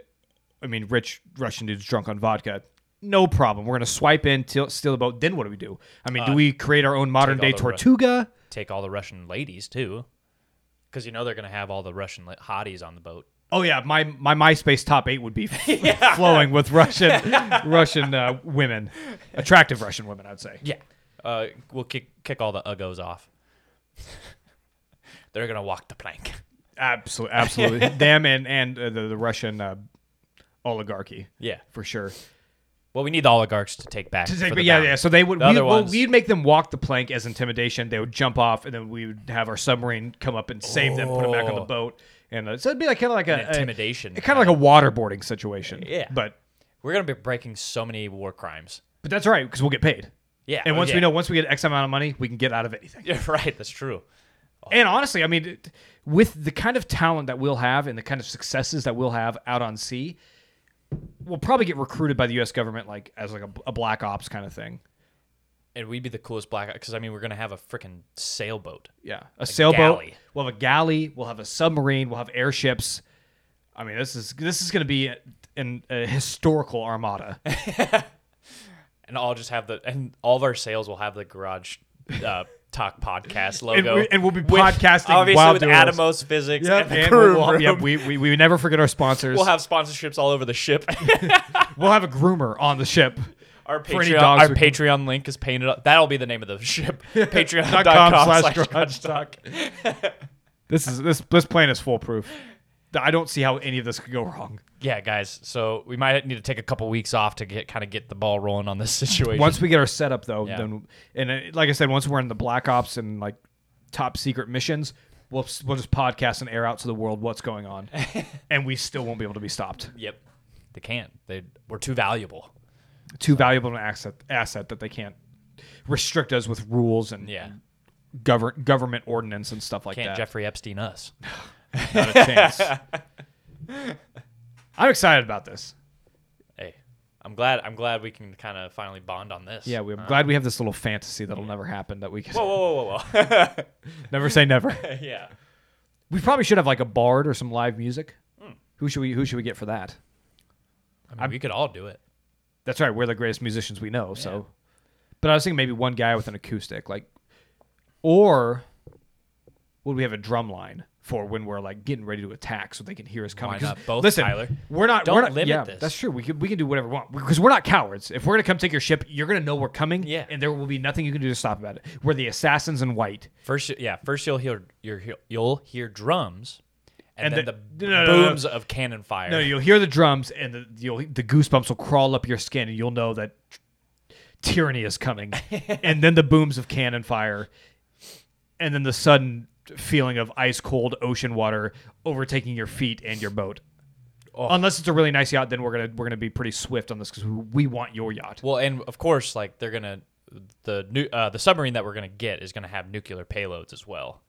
[SPEAKER 1] I mean, rich Russian dudes drunk on vodka. No problem. We're going to swipe in, till, steal the boat. Then what do we do? I mean, do we create our own modern day
[SPEAKER 2] Uh, all the Ru-
[SPEAKER 1] Tortuga?
[SPEAKER 2] take all the Russian ladies too. Cuz you know they're going to have all the Russian li- hotties on the boat.
[SPEAKER 1] Oh yeah, my my MySpace top eight would be f- flowing with Russian Russian uh, women, attractive Russian women, I'd say.
[SPEAKER 2] Yeah. Uh, we'll kick kick all the uggos off. They're gonna walk the plank.
[SPEAKER 1] Absolutely, absolutely. Them and and uh, the, the Russian uh, oligarchy.
[SPEAKER 2] Yeah.
[SPEAKER 1] for sure.
[SPEAKER 2] Well, we need the oligarchs to take back.
[SPEAKER 1] To take-
[SPEAKER 2] for the
[SPEAKER 1] yeah,
[SPEAKER 2] bounty.
[SPEAKER 1] yeah. So they would.
[SPEAKER 2] The
[SPEAKER 1] we,
[SPEAKER 2] other
[SPEAKER 1] well,
[SPEAKER 2] ones-
[SPEAKER 1] we'd make them walk the plank as intimidation. They would jump off, and then we would have our submarine come up and save them, put them back on the
[SPEAKER 2] Oh.
[SPEAKER 1] boat, and uh, so it'd be like kind of like a
[SPEAKER 2] An intimidation
[SPEAKER 1] kind of like a waterboarding situation.
[SPEAKER 2] Yeah.
[SPEAKER 1] but
[SPEAKER 2] We're gonna be breaking so many war crimes.
[SPEAKER 1] but that's all right because we'll get paid.
[SPEAKER 2] Yeah.
[SPEAKER 1] And
[SPEAKER 2] oh,
[SPEAKER 1] once
[SPEAKER 2] yeah.
[SPEAKER 1] we know, once we get X amount of money, we can get out of anything.
[SPEAKER 2] Yeah, right. That's true.
[SPEAKER 1] And honestly, I mean, it- with the kind of talent that we'll have and the kind of successes that we'll have out on sea, we'll probably get recruited by the U.S. government, like as like a, a black ops kind of thing.
[SPEAKER 2] And we'd be the coolest black because I mean we're gonna have a freaking sailboat.
[SPEAKER 1] Yeah, a, sailboat.
[SPEAKER 2] galley.
[SPEAKER 1] We'll have a galley. We'll have a submarine. We'll have airships. I mean, this is this is going to be a- an a historical armada.
[SPEAKER 2] And I'll just have the and all of our sails will have the garage uh, talk podcast
[SPEAKER 1] And,
[SPEAKER 2] logo.
[SPEAKER 1] we, and we'll be
[SPEAKER 2] With-
[SPEAKER 1] podcasting
[SPEAKER 2] obviously
[SPEAKER 1] while
[SPEAKER 2] with
[SPEAKER 1] doing this.
[SPEAKER 2] Atomos Physics
[SPEAKER 1] Yep,
[SPEAKER 2] and the
[SPEAKER 1] and
[SPEAKER 2] crew
[SPEAKER 1] we'll,
[SPEAKER 2] room.
[SPEAKER 1] yeah, we, we, we never forget our sponsors.
[SPEAKER 2] we'll have sponsorships all over the ship.
[SPEAKER 1] we'll have a groomer on the ship.
[SPEAKER 2] Our
[SPEAKER 1] For any
[SPEAKER 2] Patreon,
[SPEAKER 1] dogs
[SPEAKER 2] our
[SPEAKER 1] we can-
[SPEAKER 2] Patreon link is painted up. That'll be the name of the ship. Patreon.com
[SPEAKER 1] slash
[SPEAKER 2] slash
[SPEAKER 1] garage
[SPEAKER 2] garage talk.
[SPEAKER 1] This is this this plan is foolproof. I don't see how any of this could go wrong.
[SPEAKER 2] Yeah, guys. So we might need to take a couple weeks off to get kind of get the ball rolling on this situation.
[SPEAKER 1] Once we get our setup though,
[SPEAKER 2] Yeah.
[SPEAKER 1] then and uh, like I said, once we're in the black ops and like top secret missions, we'll we'll just podcast and air out to the world what's going on, and we still won't be able to be stopped.
[SPEAKER 2] yep. They can't. They we're too valuable.
[SPEAKER 1] Too valuable an asset asset that they can't restrict us with rules and
[SPEAKER 2] Yeah.
[SPEAKER 1] govern government ordinance and stuff like
[SPEAKER 2] Can't
[SPEAKER 1] that.
[SPEAKER 2] Jeffrey Epstein us.
[SPEAKER 1] Not a chance. I'm excited about this.
[SPEAKER 2] Hey, I'm glad. I'm glad we can kind of finally bond on this. Uh,
[SPEAKER 1] Yeah, we're glad we have this little fantasy that'll never happen that we can
[SPEAKER 2] Whoa, whoa, whoa, whoa,
[SPEAKER 1] never say never.
[SPEAKER 2] whoa. yeah.
[SPEAKER 1] We probably should have like a bard or some live music.
[SPEAKER 2] Hmm.
[SPEAKER 1] Who should we who should we get for that?
[SPEAKER 2] I mean, we could all do it.
[SPEAKER 1] That's right. We're the greatest musicians we know. So, but I was thinking maybe one guy with an acoustic, like, or would we have a drum line for when we're like getting ready to attack, so they can hear us coming?
[SPEAKER 2] Why
[SPEAKER 1] 'Cause
[SPEAKER 2] not both,
[SPEAKER 1] listen,
[SPEAKER 2] Tyler?
[SPEAKER 1] We're not. we're
[SPEAKER 2] Don't
[SPEAKER 1] not,
[SPEAKER 2] limit
[SPEAKER 1] yeah,
[SPEAKER 2] this.
[SPEAKER 1] That's true. We can we can do whatever we want because we're not cowards. If we're gonna come take your ship, you're gonna know we're coming.
[SPEAKER 2] Yeah.
[SPEAKER 1] and there will be nothing you can do to stop about it. We're the assassins in white.
[SPEAKER 2] First, you- yeah. First, you'll hear your you'll hear drums, and,
[SPEAKER 1] And
[SPEAKER 2] then
[SPEAKER 1] the-
[SPEAKER 2] the,
[SPEAKER 1] no, no, no, no.
[SPEAKER 2] booms of cannon fire.
[SPEAKER 1] No, you'll hear the drums and the you'll, the goosebumps will crawl up your skin, and you'll know that tyranny is coming. and then the booms of cannon fire, and then the sudden feeling of ice cold ocean water overtaking your feet and your boat.
[SPEAKER 2] Oh.
[SPEAKER 1] Unless it's a really nice yacht, then we're gonna we're gonna be pretty swift on this because we want your yacht.
[SPEAKER 2] Well, and of course, like they're gonna the new uh, the submarine that we're gonna get is gonna have nuclear payloads as well.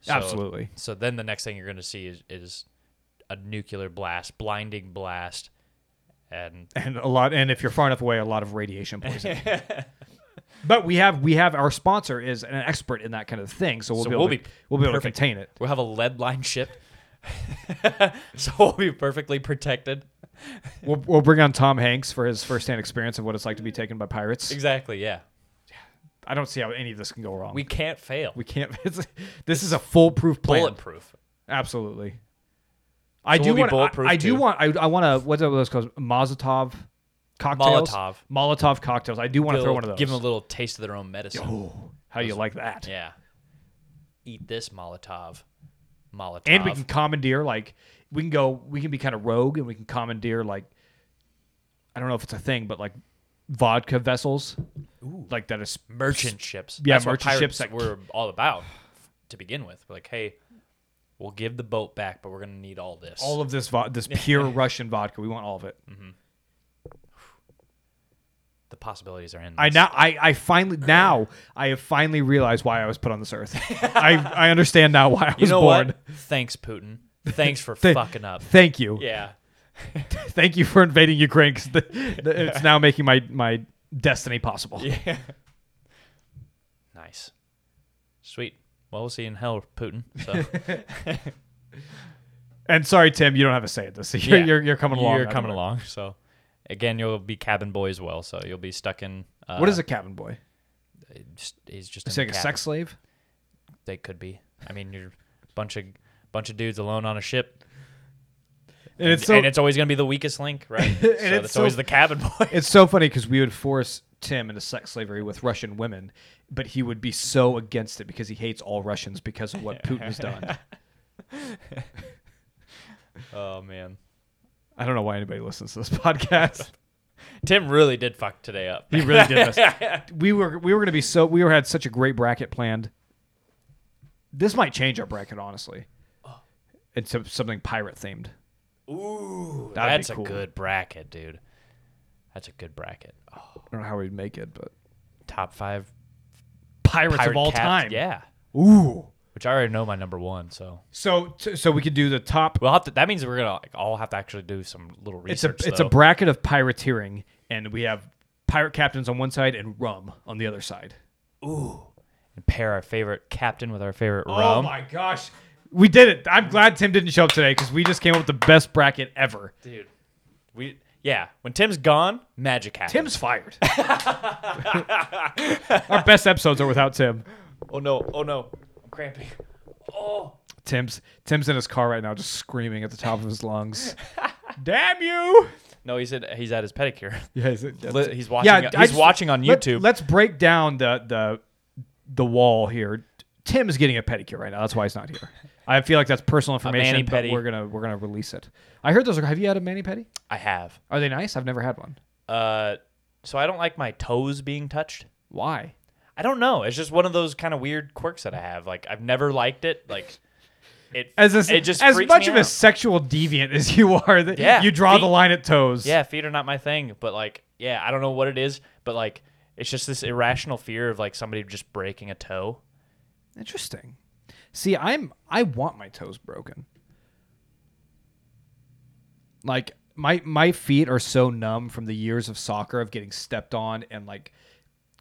[SPEAKER 2] So-
[SPEAKER 1] Absolutely.
[SPEAKER 2] So then the next thing you're gonna see is, is a nuclear blast, blinding blast, and
[SPEAKER 1] and a lot and if you're far enough away a lot of radiation poisoning but we have we have our sponsor is an expert in that kind of thing so we'll
[SPEAKER 2] So
[SPEAKER 1] be
[SPEAKER 2] we'll
[SPEAKER 1] able
[SPEAKER 2] be
[SPEAKER 1] to, we'll be able to
[SPEAKER 2] perfect.
[SPEAKER 1] contain it
[SPEAKER 2] we'll have a lead line ship. so we'll be perfectly protected.
[SPEAKER 1] we'll, we'll bring on tom hanks for his firsthand experience of what it's like to be taken by pirates
[SPEAKER 2] Exactly, yeah.
[SPEAKER 1] i don't see how any of this can go wrong
[SPEAKER 2] We can't fail.
[SPEAKER 1] we can't it's- this is a foolproof plan
[SPEAKER 2] bulletproof.
[SPEAKER 1] absolutely i
[SPEAKER 2] So
[SPEAKER 1] do
[SPEAKER 2] we'll be
[SPEAKER 1] want I,
[SPEAKER 2] bulletproof
[SPEAKER 1] I do
[SPEAKER 2] too.
[SPEAKER 1] want i, I want to what's that those called Mazatov cocktails
[SPEAKER 2] Molotov.
[SPEAKER 1] molotov cocktails i do want to throw
[SPEAKER 2] They'll
[SPEAKER 1] one of those
[SPEAKER 2] Give them a little taste of their own medicine.
[SPEAKER 1] Ooh, how do you like that
[SPEAKER 2] Yeah. Eat this Molotov. Molotov.
[SPEAKER 1] and we can commandeer like we can go we can be kind of rogue and we can commandeer like i don't know if it's a thing but like vodka vessels like that is
[SPEAKER 2] merchant ships.
[SPEAKER 1] Yeah,
[SPEAKER 2] That's what
[SPEAKER 1] merchant ships
[SPEAKER 2] pirates
[SPEAKER 1] that-
[SPEAKER 2] were all about to begin with. We're like, hey, we'll give the boat back, but we're gonna need all this.
[SPEAKER 1] all of this vo- this pure russian vodka we want all of it
[SPEAKER 2] Mm-hmm. the possibilities are in.
[SPEAKER 1] i
[SPEAKER 2] this.
[SPEAKER 1] now i i finally now i have finally realized why i was put on this earth i i understand now why i was
[SPEAKER 2] You know
[SPEAKER 1] born
[SPEAKER 2] what? Thanks, Putin. Thanks for
[SPEAKER 1] Th-
[SPEAKER 2] fucking up.
[SPEAKER 1] thank you
[SPEAKER 2] Yeah.
[SPEAKER 1] thank you for invading ukraine because it's now making my my destiny possible
[SPEAKER 2] Yeah. nice. Sweet. Well, we'll see you in hell, Putin. So
[SPEAKER 1] and sorry tim you don't have a say at this you're,
[SPEAKER 2] Yeah.
[SPEAKER 1] you're, you're coming along
[SPEAKER 2] You're
[SPEAKER 1] I
[SPEAKER 2] coming
[SPEAKER 1] don't-
[SPEAKER 2] along. So, again, you'll be cabin boy as well. So you'll be stuck in. Uh,
[SPEAKER 1] what is a cabin boy
[SPEAKER 2] just- He's just
[SPEAKER 1] Is
[SPEAKER 2] in
[SPEAKER 1] he
[SPEAKER 2] the
[SPEAKER 1] like a
[SPEAKER 2] cabin.
[SPEAKER 1] sex slave?
[SPEAKER 2] They could be. I mean, you're a bunch of bunch of dudes alone on a ship,
[SPEAKER 1] And it's so
[SPEAKER 2] and
[SPEAKER 1] it's,
[SPEAKER 2] it's always gonna be the weakest link, right? so
[SPEAKER 1] it's
[SPEAKER 2] that's
[SPEAKER 1] so-
[SPEAKER 2] always the cabin boy.
[SPEAKER 1] so funny because we would force Tim into sex slavery with Russian women, but he would be so against it because he hates all Russians because of what Putin has done.
[SPEAKER 2] oh man,
[SPEAKER 1] I don't know why anybody listens to this podcast.
[SPEAKER 2] Tim really did fuck today up.
[SPEAKER 1] He really did this. We were we were gonna be so we were had such a great bracket planned. This might change our bracket honestly. It's some- Oh. something pirate themed.
[SPEAKER 2] Ooh,
[SPEAKER 1] That'd be
[SPEAKER 2] that's
[SPEAKER 1] cool.
[SPEAKER 2] a good bracket, dude. That's a good bracket. Oh,
[SPEAKER 1] I don't know how we'd make it, but
[SPEAKER 2] top five
[SPEAKER 1] pirates
[SPEAKER 2] pirate
[SPEAKER 1] of all
[SPEAKER 2] cap-
[SPEAKER 1] time.
[SPEAKER 2] Yeah,
[SPEAKER 1] Ooh.
[SPEAKER 2] which I already know my number one. So
[SPEAKER 1] So t- so we could do the top
[SPEAKER 2] we'll have to. That means we're gonna like, all have to actually do some little
[SPEAKER 1] it's a
[SPEAKER 2] research.
[SPEAKER 1] it's a
[SPEAKER 2] though.
[SPEAKER 1] bracket of pirateering, and we have pirate captains on one side and rum on the other side.
[SPEAKER 2] and pair our favorite captain with our favorite rum.
[SPEAKER 1] Oh my gosh, we did it! I'm glad Tim didn't show up today because we just came up with the best bracket ever.
[SPEAKER 2] dude. We yeah. When Tim's gone, magic happens.
[SPEAKER 1] Tim's fired. Our best episodes are without Tim.
[SPEAKER 2] Oh no! Oh no! I'm cramping. Oh.
[SPEAKER 1] Tim's Tim's in his car right now, just screaming at the top of his lungs. Damn you!
[SPEAKER 2] No, he said he's at his pedicure.
[SPEAKER 1] Yeah, is it-
[SPEAKER 2] Li- he's watching. he's
[SPEAKER 1] just-
[SPEAKER 2] watching on
[SPEAKER 1] let-
[SPEAKER 2] YouTube.
[SPEAKER 1] let's break down the the the wall here. Tim is getting a pedicure right now. That's why he's not here. I feel like that's personal information,
[SPEAKER 2] mani
[SPEAKER 1] but
[SPEAKER 2] pedi.
[SPEAKER 1] we're gonna we're gonna release it. I heard those are. Have you had a mani pedi?
[SPEAKER 2] I have.
[SPEAKER 1] Are they nice? I've never had one.
[SPEAKER 2] Uh, so I don't like my toes being touched.
[SPEAKER 1] Why?
[SPEAKER 2] I don't know. It's just one of those kind of weird quirks that I have. Like I've never liked it. Like it.
[SPEAKER 1] As a,
[SPEAKER 2] it just
[SPEAKER 1] as
[SPEAKER 2] freaks
[SPEAKER 1] much
[SPEAKER 2] me
[SPEAKER 1] of a
[SPEAKER 2] out.
[SPEAKER 1] sexual deviant as you are, that
[SPEAKER 2] Yeah,
[SPEAKER 1] you draw the
[SPEAKER 2] feet-
[SPEAKER 1] line at toes.
[SPEAKER 2] Yeah, feet are not my thing, but like, yeah, I don't know what it is, but like, it's just this irrational fear of like somebody just breaking a toe.
[SPEAKER 1] Interesting. See, I'm I want my toes broken. Like my my feet are so numb from the years of soccer of getting stepped on and like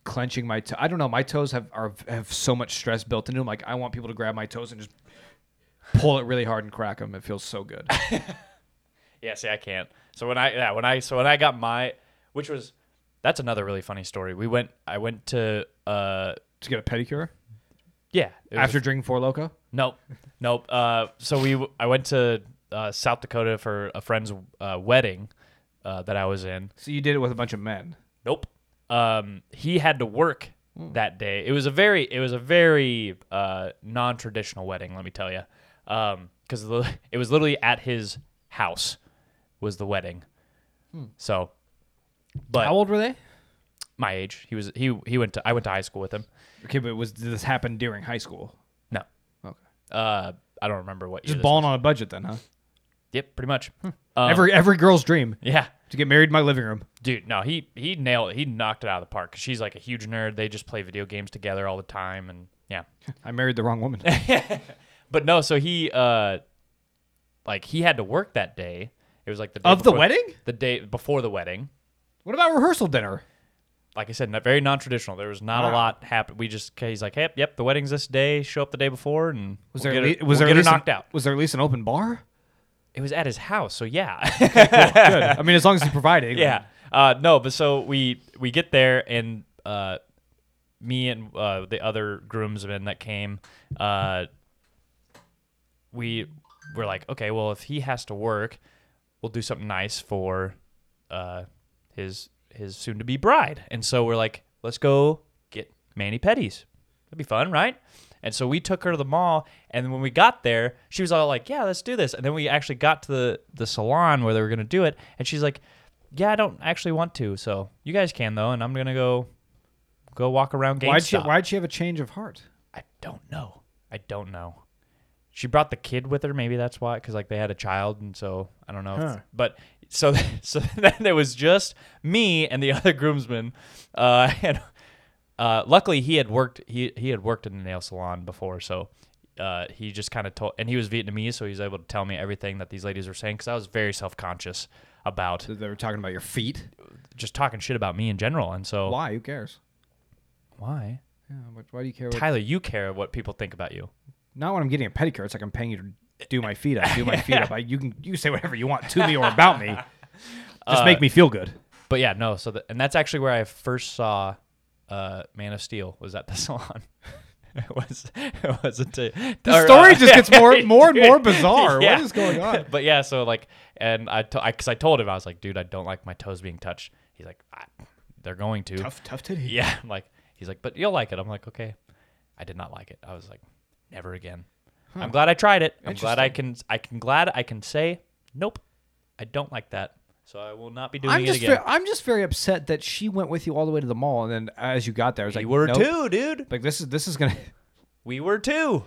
[SPEAKER 1] clenching my toe. I don't know. My toes have are have so much stress built into them. Like I want people to grab my toes and just pull it really hard and crack them. It feels so good.
[SPEAKER 2] Yeah, see, I can't. So when I yeah when I so when I got my which was that's another really funny story. We went I went to uh
[SPEAKER 1] to get a pedicure
[SPEAKER 2] yeah it was
[SPEAKER 1] after drinking four loco.
[SPEAKER 2] Nope, nope. Uh, so we, I went to uh, South Dakota for a friend's uh, wedding uh, that I was in.
[SPEAKER 1] So you did it with a bunch of men.
[SPEAKER 2] Nope. Um, he had to work that day. It was a very, it was a very uh, non-traditional wedding. Let me tell you, because the it was literally at his house was the wedding. So, but
[SPEAKER 1] How old were they?
[SPEAKER 2] my age, he was he he went to I went to high school with him.
[SPEAKER 1] Okay, but was did this happen during high school?
[SPEAKER 2] No,
[SPEAKER 1] Okay.
[SPEAKER 2] uh, I don't remember what. year
[SPEAKER 1] Just
[SPEAKER 2] this
[SPEAKER 1] balling
[SPEAKER 2] was.
[SPEAKER 1] on a budget then, huh?
[SPEAKER 2] Yep, pretty much. Um,
[SPEAKER 1] every every girl's dream
[SPEAKER 2] yeah.
[SPEAKER 1] to get married in my living room.
[SPEAKER 2] Dude, no, he he nailed it. He knocked it out of the park. 'Cause She's like a huge nerd. They just play video games together all the time, and yeah.
[SPEAKER 1] I married the wrong woman.
[SPEAKER 2] But no, so he uh, like he had to work that day, It was like the day
[SPEAKER 1] Of the
[SPEAKER 2] before-
[SPEAKER 1] wedding?
[SPEAKER 2] the day before the wedding.
[SPEAKER 1] What about rehearsal dinner?
[SPEAKER 2] Like I said, not, very non-traditional. There was not
[SPEAKER 1] Wow.
[SPEAKER 2] a lot happen. We just he's like, hey, yep, the wedding's this day. Show up the day before, and
[SPEAKER 1] Was
[SPEAKER 2] we'll
[SPEAKER 1] there
[SPEAKER 2] get
[SPEAKER 1] at
[SPEAKER 2] her,
[SPEAKER 1] lea- was there
[SPEAKER 2] we'll get
[SPEAKER 1] at
[SPEAKER 2] her
[SPEAKER 1] least an-
[SPEAKER 2] knocked out?
[SPEAKER 1] Was there at least an open bar?
[SPEAKER 2] It was at his house, so yeah.
[SPEAKER 1] Mm-hmm. Good. I mean, as long as he's providing.
[SPEAKER 2] yeah. Uh, no, but so we we get there and uh, me and uh, the other groomsmen that came, uh, we were like, okay, well, if he has to work, we'll do something nice for uh, his his soon to be bride. And so we're like, let's go get mani pedis. That'd be fun, right? And so we took her to the mall, and when we got there, she was all like, "Yeah, let's do this." And then we actually got to the the salon where they were gonna do it, and she's like, "Yeah, I don't actually want to, so you guys can though, and I'm gonna go go walk around GameStop."
[SPEAKER 1] Why'd she, why'd she have a change of heart?
[SPEAKER 2] I don't know. I don't know. She brought the kid with her. Maybe that's why, because like they had a child, and so I don't know. if-
[SPEAKER 1] Huh.
[SPEAKER 2] But so so then there was just me and the other groomsman, uh, and uh, luckily he had worked he he had worked in the nail salon before, so uh, he just kind of told, and he was Vietnamese, so he was able to tell me everything that these ladies were saying, because I was very self conscious about
[SPEAKER 1] They were talking about your feet.
[SPEAKER 2] just talking shit about me in general, and so
[SPEAKER 1] Why? Who cares?
[SPEAKER 2] why?
[SPEAKER 1] Yeah, but why do you care? What,
[SPEAKER 2] Tyler, you care what people think about you.
[SPEAKER 1] not when I'm getting a pedicure. It's like I'm paying you to do my feet up. Do my feet up. I, you can you say whatever you want to me or about me. Just
[SPEAKER 2] Uh,
[SPEAKER 1] make me feel good.
[SPEAKER 2] But yeah, no. So the, and that's actually where I first saw uh, Man of Steel was at the salon. it was it was a t-
[SPEAKER 1] The story just gets more more and more bizarre.
[SPEAKER 2] Yeah.
[SPEAKER 1] What is going on?
[SPEAKER 2] but yeah, so like, and I to- I, cause I told him I was like, dude, I don't like my toes being touched. He's like, I, they're going to.
[SPEAKER 1] tough titty.
[SPEAKER 2] Yeah, I'm like, he's like, but you'll like it. I'm like, okay. I did not like it. I was like, never again. I'm glad I tried it. I'm glad I can. I can glad I can say nope. I don't like that. So I will not be doing
[SPEAKER 1] I'm
[SPEAKER 2] it
[SPEAKER 1] just
[SPEAKER 2] again.
[SPEAKER 1] ve- I'm just very upset that she went with you all the way to the mall, and then as you got there, I was like,
[SPEAKER 2] we were
[SPEAKER 1] nope.
[SPEAKER 2] two, dude.
[SPEAKER 1] Like this is this is gonna
[SPEAKER 2] We were two.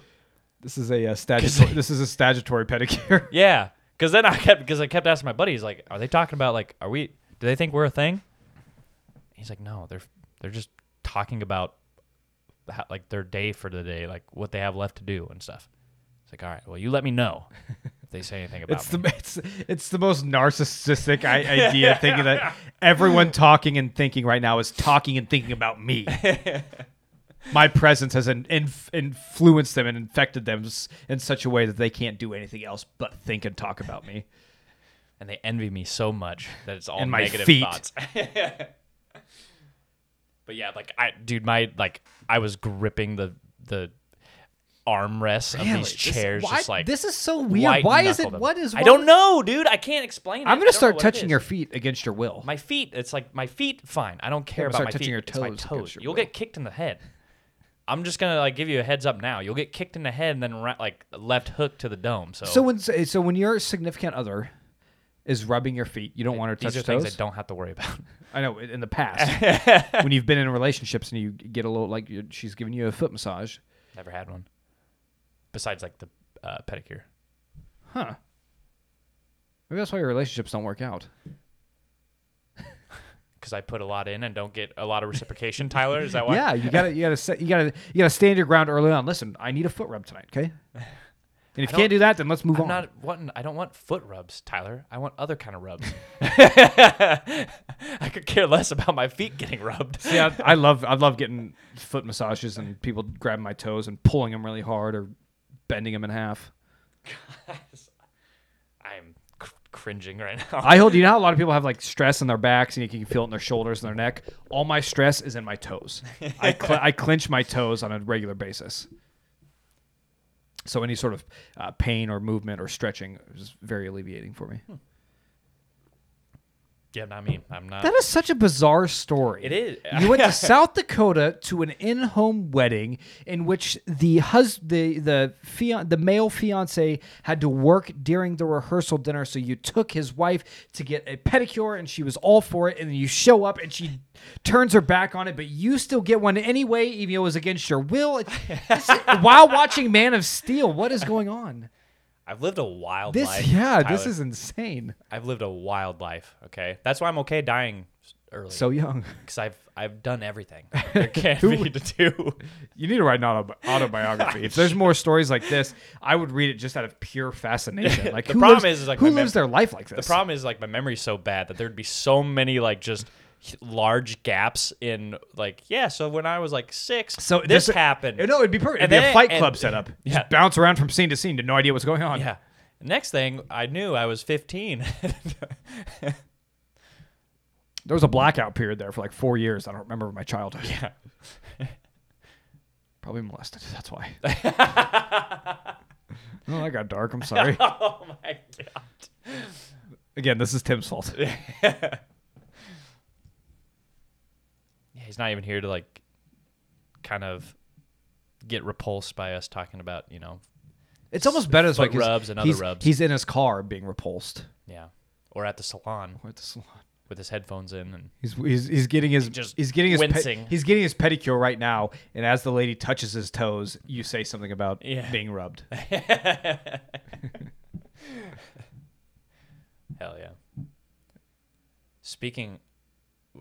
[SPEAKER 1] this is a uh, statutory this is a statutory pedicure.
[SPEAKER 2] Yeah, because then I kept because I kept asking my buddies like, are they talking about like, are we? Do they think we're a thing? He's like, no, they're they're just talking about how, like their day for the day, like what they have left to do and stuff. It's like, all right, well, you let me know if they say anything about
[SPEAKER 1] It's
[SPEAKER 2] me.
[SPEAKER 1] the it's, it's the most narcissistic I- idea thinking that everyone talking and thinking right now is talking and thinking about me. My presence has in, inf influenced them and infected them s- in such a way that they can't do anything else but think and talk about me.
[SPEAKER 2] and they envy me so much that it's all
[SPEAKER 1] And my
[SPEAKER 2] negative
[SPEAKER 1] feet.
[SPEAKER 2] thoughts. but yeah, like I, dude, my like I was gripping the the armrests of
[SPEAKER 1] Really?
[SPEAKER 2] these
[SPEAKER 1] This-
[SPEAKER 2] chairs,
[SPEAKER 1] why-
[SPEAKER 2] just like
[SPEAKER 1] this is so weird.
[SPEAKER 2] white
[SPEAKER 1] Why is it?
[SPEAKER 2] knuckled them.
[SPEAKER 1] What is?
[SPEAKER 2] I don't know, dude. I can't explain. it.
[SPEAKER 1] I'm
[SPEAKER 2] I
[SPEAKER 1] gonna
[SPEAKER 2] don't know
[SPEAKER 1] start
[SPEAKER 2] what it
[SPEAKER 1] touching
[SPEAKER 2] is.
[SPEAKER 1] your feet against your will.
[SPEAKER 2] My feet. It's like my feet. Fine. I don't care
[SPEAKER 1] Yeah, but
[SPEAKER 2] about
[SPEAKER 1] start
[SPEAKER 2] my
[SPEAKER 1] touching
[SPEAKER 2] feet.
[SPEAKER 1] your
[SPEAKER 2] It's my
[SPEAKER 1] toes
[SPEAKER 2] toes.
[SPEAKER 1] against your
[SPEAKER 2] You'll
[SPEAKER 1] will.
[SPEAKER 2] get kicked in the head. I'm just gonna like give you a heads up now. You'll get kicked in the head and then ra- like left hook to the dome. So,
[SPEAKER 1] so when so when your significant other is rubbing your feet, you don't want her to touch
[SPEAKER 2] Eh, these are
[SPEAKER 1] your
[SPEAKER 2] things
[SPEAKER 1] toes.
[SPEAKER 2] I don't have to worry about.
[SPEAKER 1] I know in the past when you've been in relationships and you get a little like you- she's giving you a foot massage.
[SPEAKER 2] Never had one. Besides like the uh, pedicure.
[SPEAKER 1] Huh. Maybe that's why your relationships don't work out.
[SPEAKER 2] because I put a lot in and don't get a lot of reciprocation. Tyler, is that why?
[SPEAKER 1] Yeah, you gotta you gotta set, you gotta you gotta stand your ground early on. Listen, I need a foot rub tonight, okay? And if you
[SPEAKER 2] don't-
[SPEAKER 1] can't do that, then let's move
[SPEAKER 2] I'm
[SPEAKER 1] on.
[SPEAKER 2] not wanting. I don't want foot rubs, Tyler. I want other kind of rubs. I could care less about my feet getting rubbed.
[SPEAKER 1] yeah, I love I love getting foot massages and people grabbing my toes and pulling them really hard or bending them in half.
[SPEAKER 2] I'm cr- cringing right now.
[SPEAKER 1] I hold you know how a lot of people have like stress in their backs and you can feel it in their shoulders and their neck. All my stress is in my toes. I cl- I clench my toes on a regular basis. So any sort of uh, pain or movement or stretching is very alleviating for me.
[SPEAKER 2] Yeah, not me. I'm not.
[SPEAKER 1] That is such a bizarre story.
[SPEAKER 2] It is.
[SPEAKER 1] You went to South Dakota to an in-home wedding in which the hus- the the fian- the male fiance had to work during the rehearsal dinner, so you took his wife to get a pedicure, and she was all for it. And then you show up, and she turns her back on it, but you still get one anyway, even though it was against your will. It- this is- while watching Man of Steel, what is going on?
[SPEAKER 2] I've lived a wild
[SPEAKER 1] This
[SPEAKER 2] life.
[SPEAKER 1] yeah, this
[SPEAKER 2] Tyler.
[SPEAKER 1] is insane.
[SPEAKER 2] I've lived a wild life. Okay, that's why I'm okay dying s- early.
[SPEAKER 1] So young.
[SPEAKER 2] because I've I've done everything there can be to do.
[SPEAKER 1] You need to write an auto- autobiography. if there's more stories like this, I would read it just out of pure fascination. Like
[SPEAKER 2] The
[SPEAKER 1] who
[SPEAKER 2] problem
[SPEAKER 1] lives-
[SPEAKER 2] is, is, like,
[SPEAKER 1] who
[SPEAKER 2] my mem-
[SPEAKER 1] lives their life like
[SPEAKER 2] The
[SPEAKER 1] this?
[SPEAKER 2] problem is like my memory's so bad that there'd be so many like just h- large gaps in like yeah. So when I was like six,
[SPEAKER 1] So
[SPEAKER 2] this
[SPEAKER 1] there's a-
[SPEAKER 2] happened.
[SPEAKER 1] No, it'd be perfect. It'd
[SPEAKER 2] And
[SPEAKER 1] be a
[SPEAKER 2] then-
[SPEAKER 1] Fight
[SPEAKER 2] and-
[SPEAKER 1] Club setup. You
[SPEAKER 2] Yeah.
[SPEAKER 1] Just bounce around from scene to scene to no idea what's going on.
[SPEAKER 2] Yeah. Next thing I knew, I was 15.
[SPEAKER 1] There was a blackout period there for like four years. I don't remember my childhood. Yeah. Probably molested. That's why. oh, that got dark. I'm sorry.
[SPEAKER 2] oh my god.
[SPEAKER 1] Again, this is Tim's fault.
[SPEAKER 2] Yeah, he's not even here to like kind of get repulsed by us talking about, you know,
[SPEAKER 1] It's almost better this way
[SPEAKER 2] Foot
[SPEAKER 1] 'cause
[SPEAKER 2] rubs and other
[SPEAKER 1] he's,
[SPEAKER 2] rubs.
[SPEAKER 1] He's in his car being repulsed.
[SPEAKER 2] yeah, or at the salon
[SPEAKER 1] We're at the salon.
[SPEAKER 2] with his headphones in and
[SPEAKER 1] He's, he's, he's getting his
[SPEAKER 2] Just
[SPEAKER 1] he's getting his pe-
[SPEAKER 2] wincing.
[SPEAKER 1] he's getting his pedicure right now, and as the lady touches his toes, you say something about
[SPEAKER 2] Yeah.
[SPEAKER 1] being rubbed.
[SPEAKER 2] hell yeah. Speaking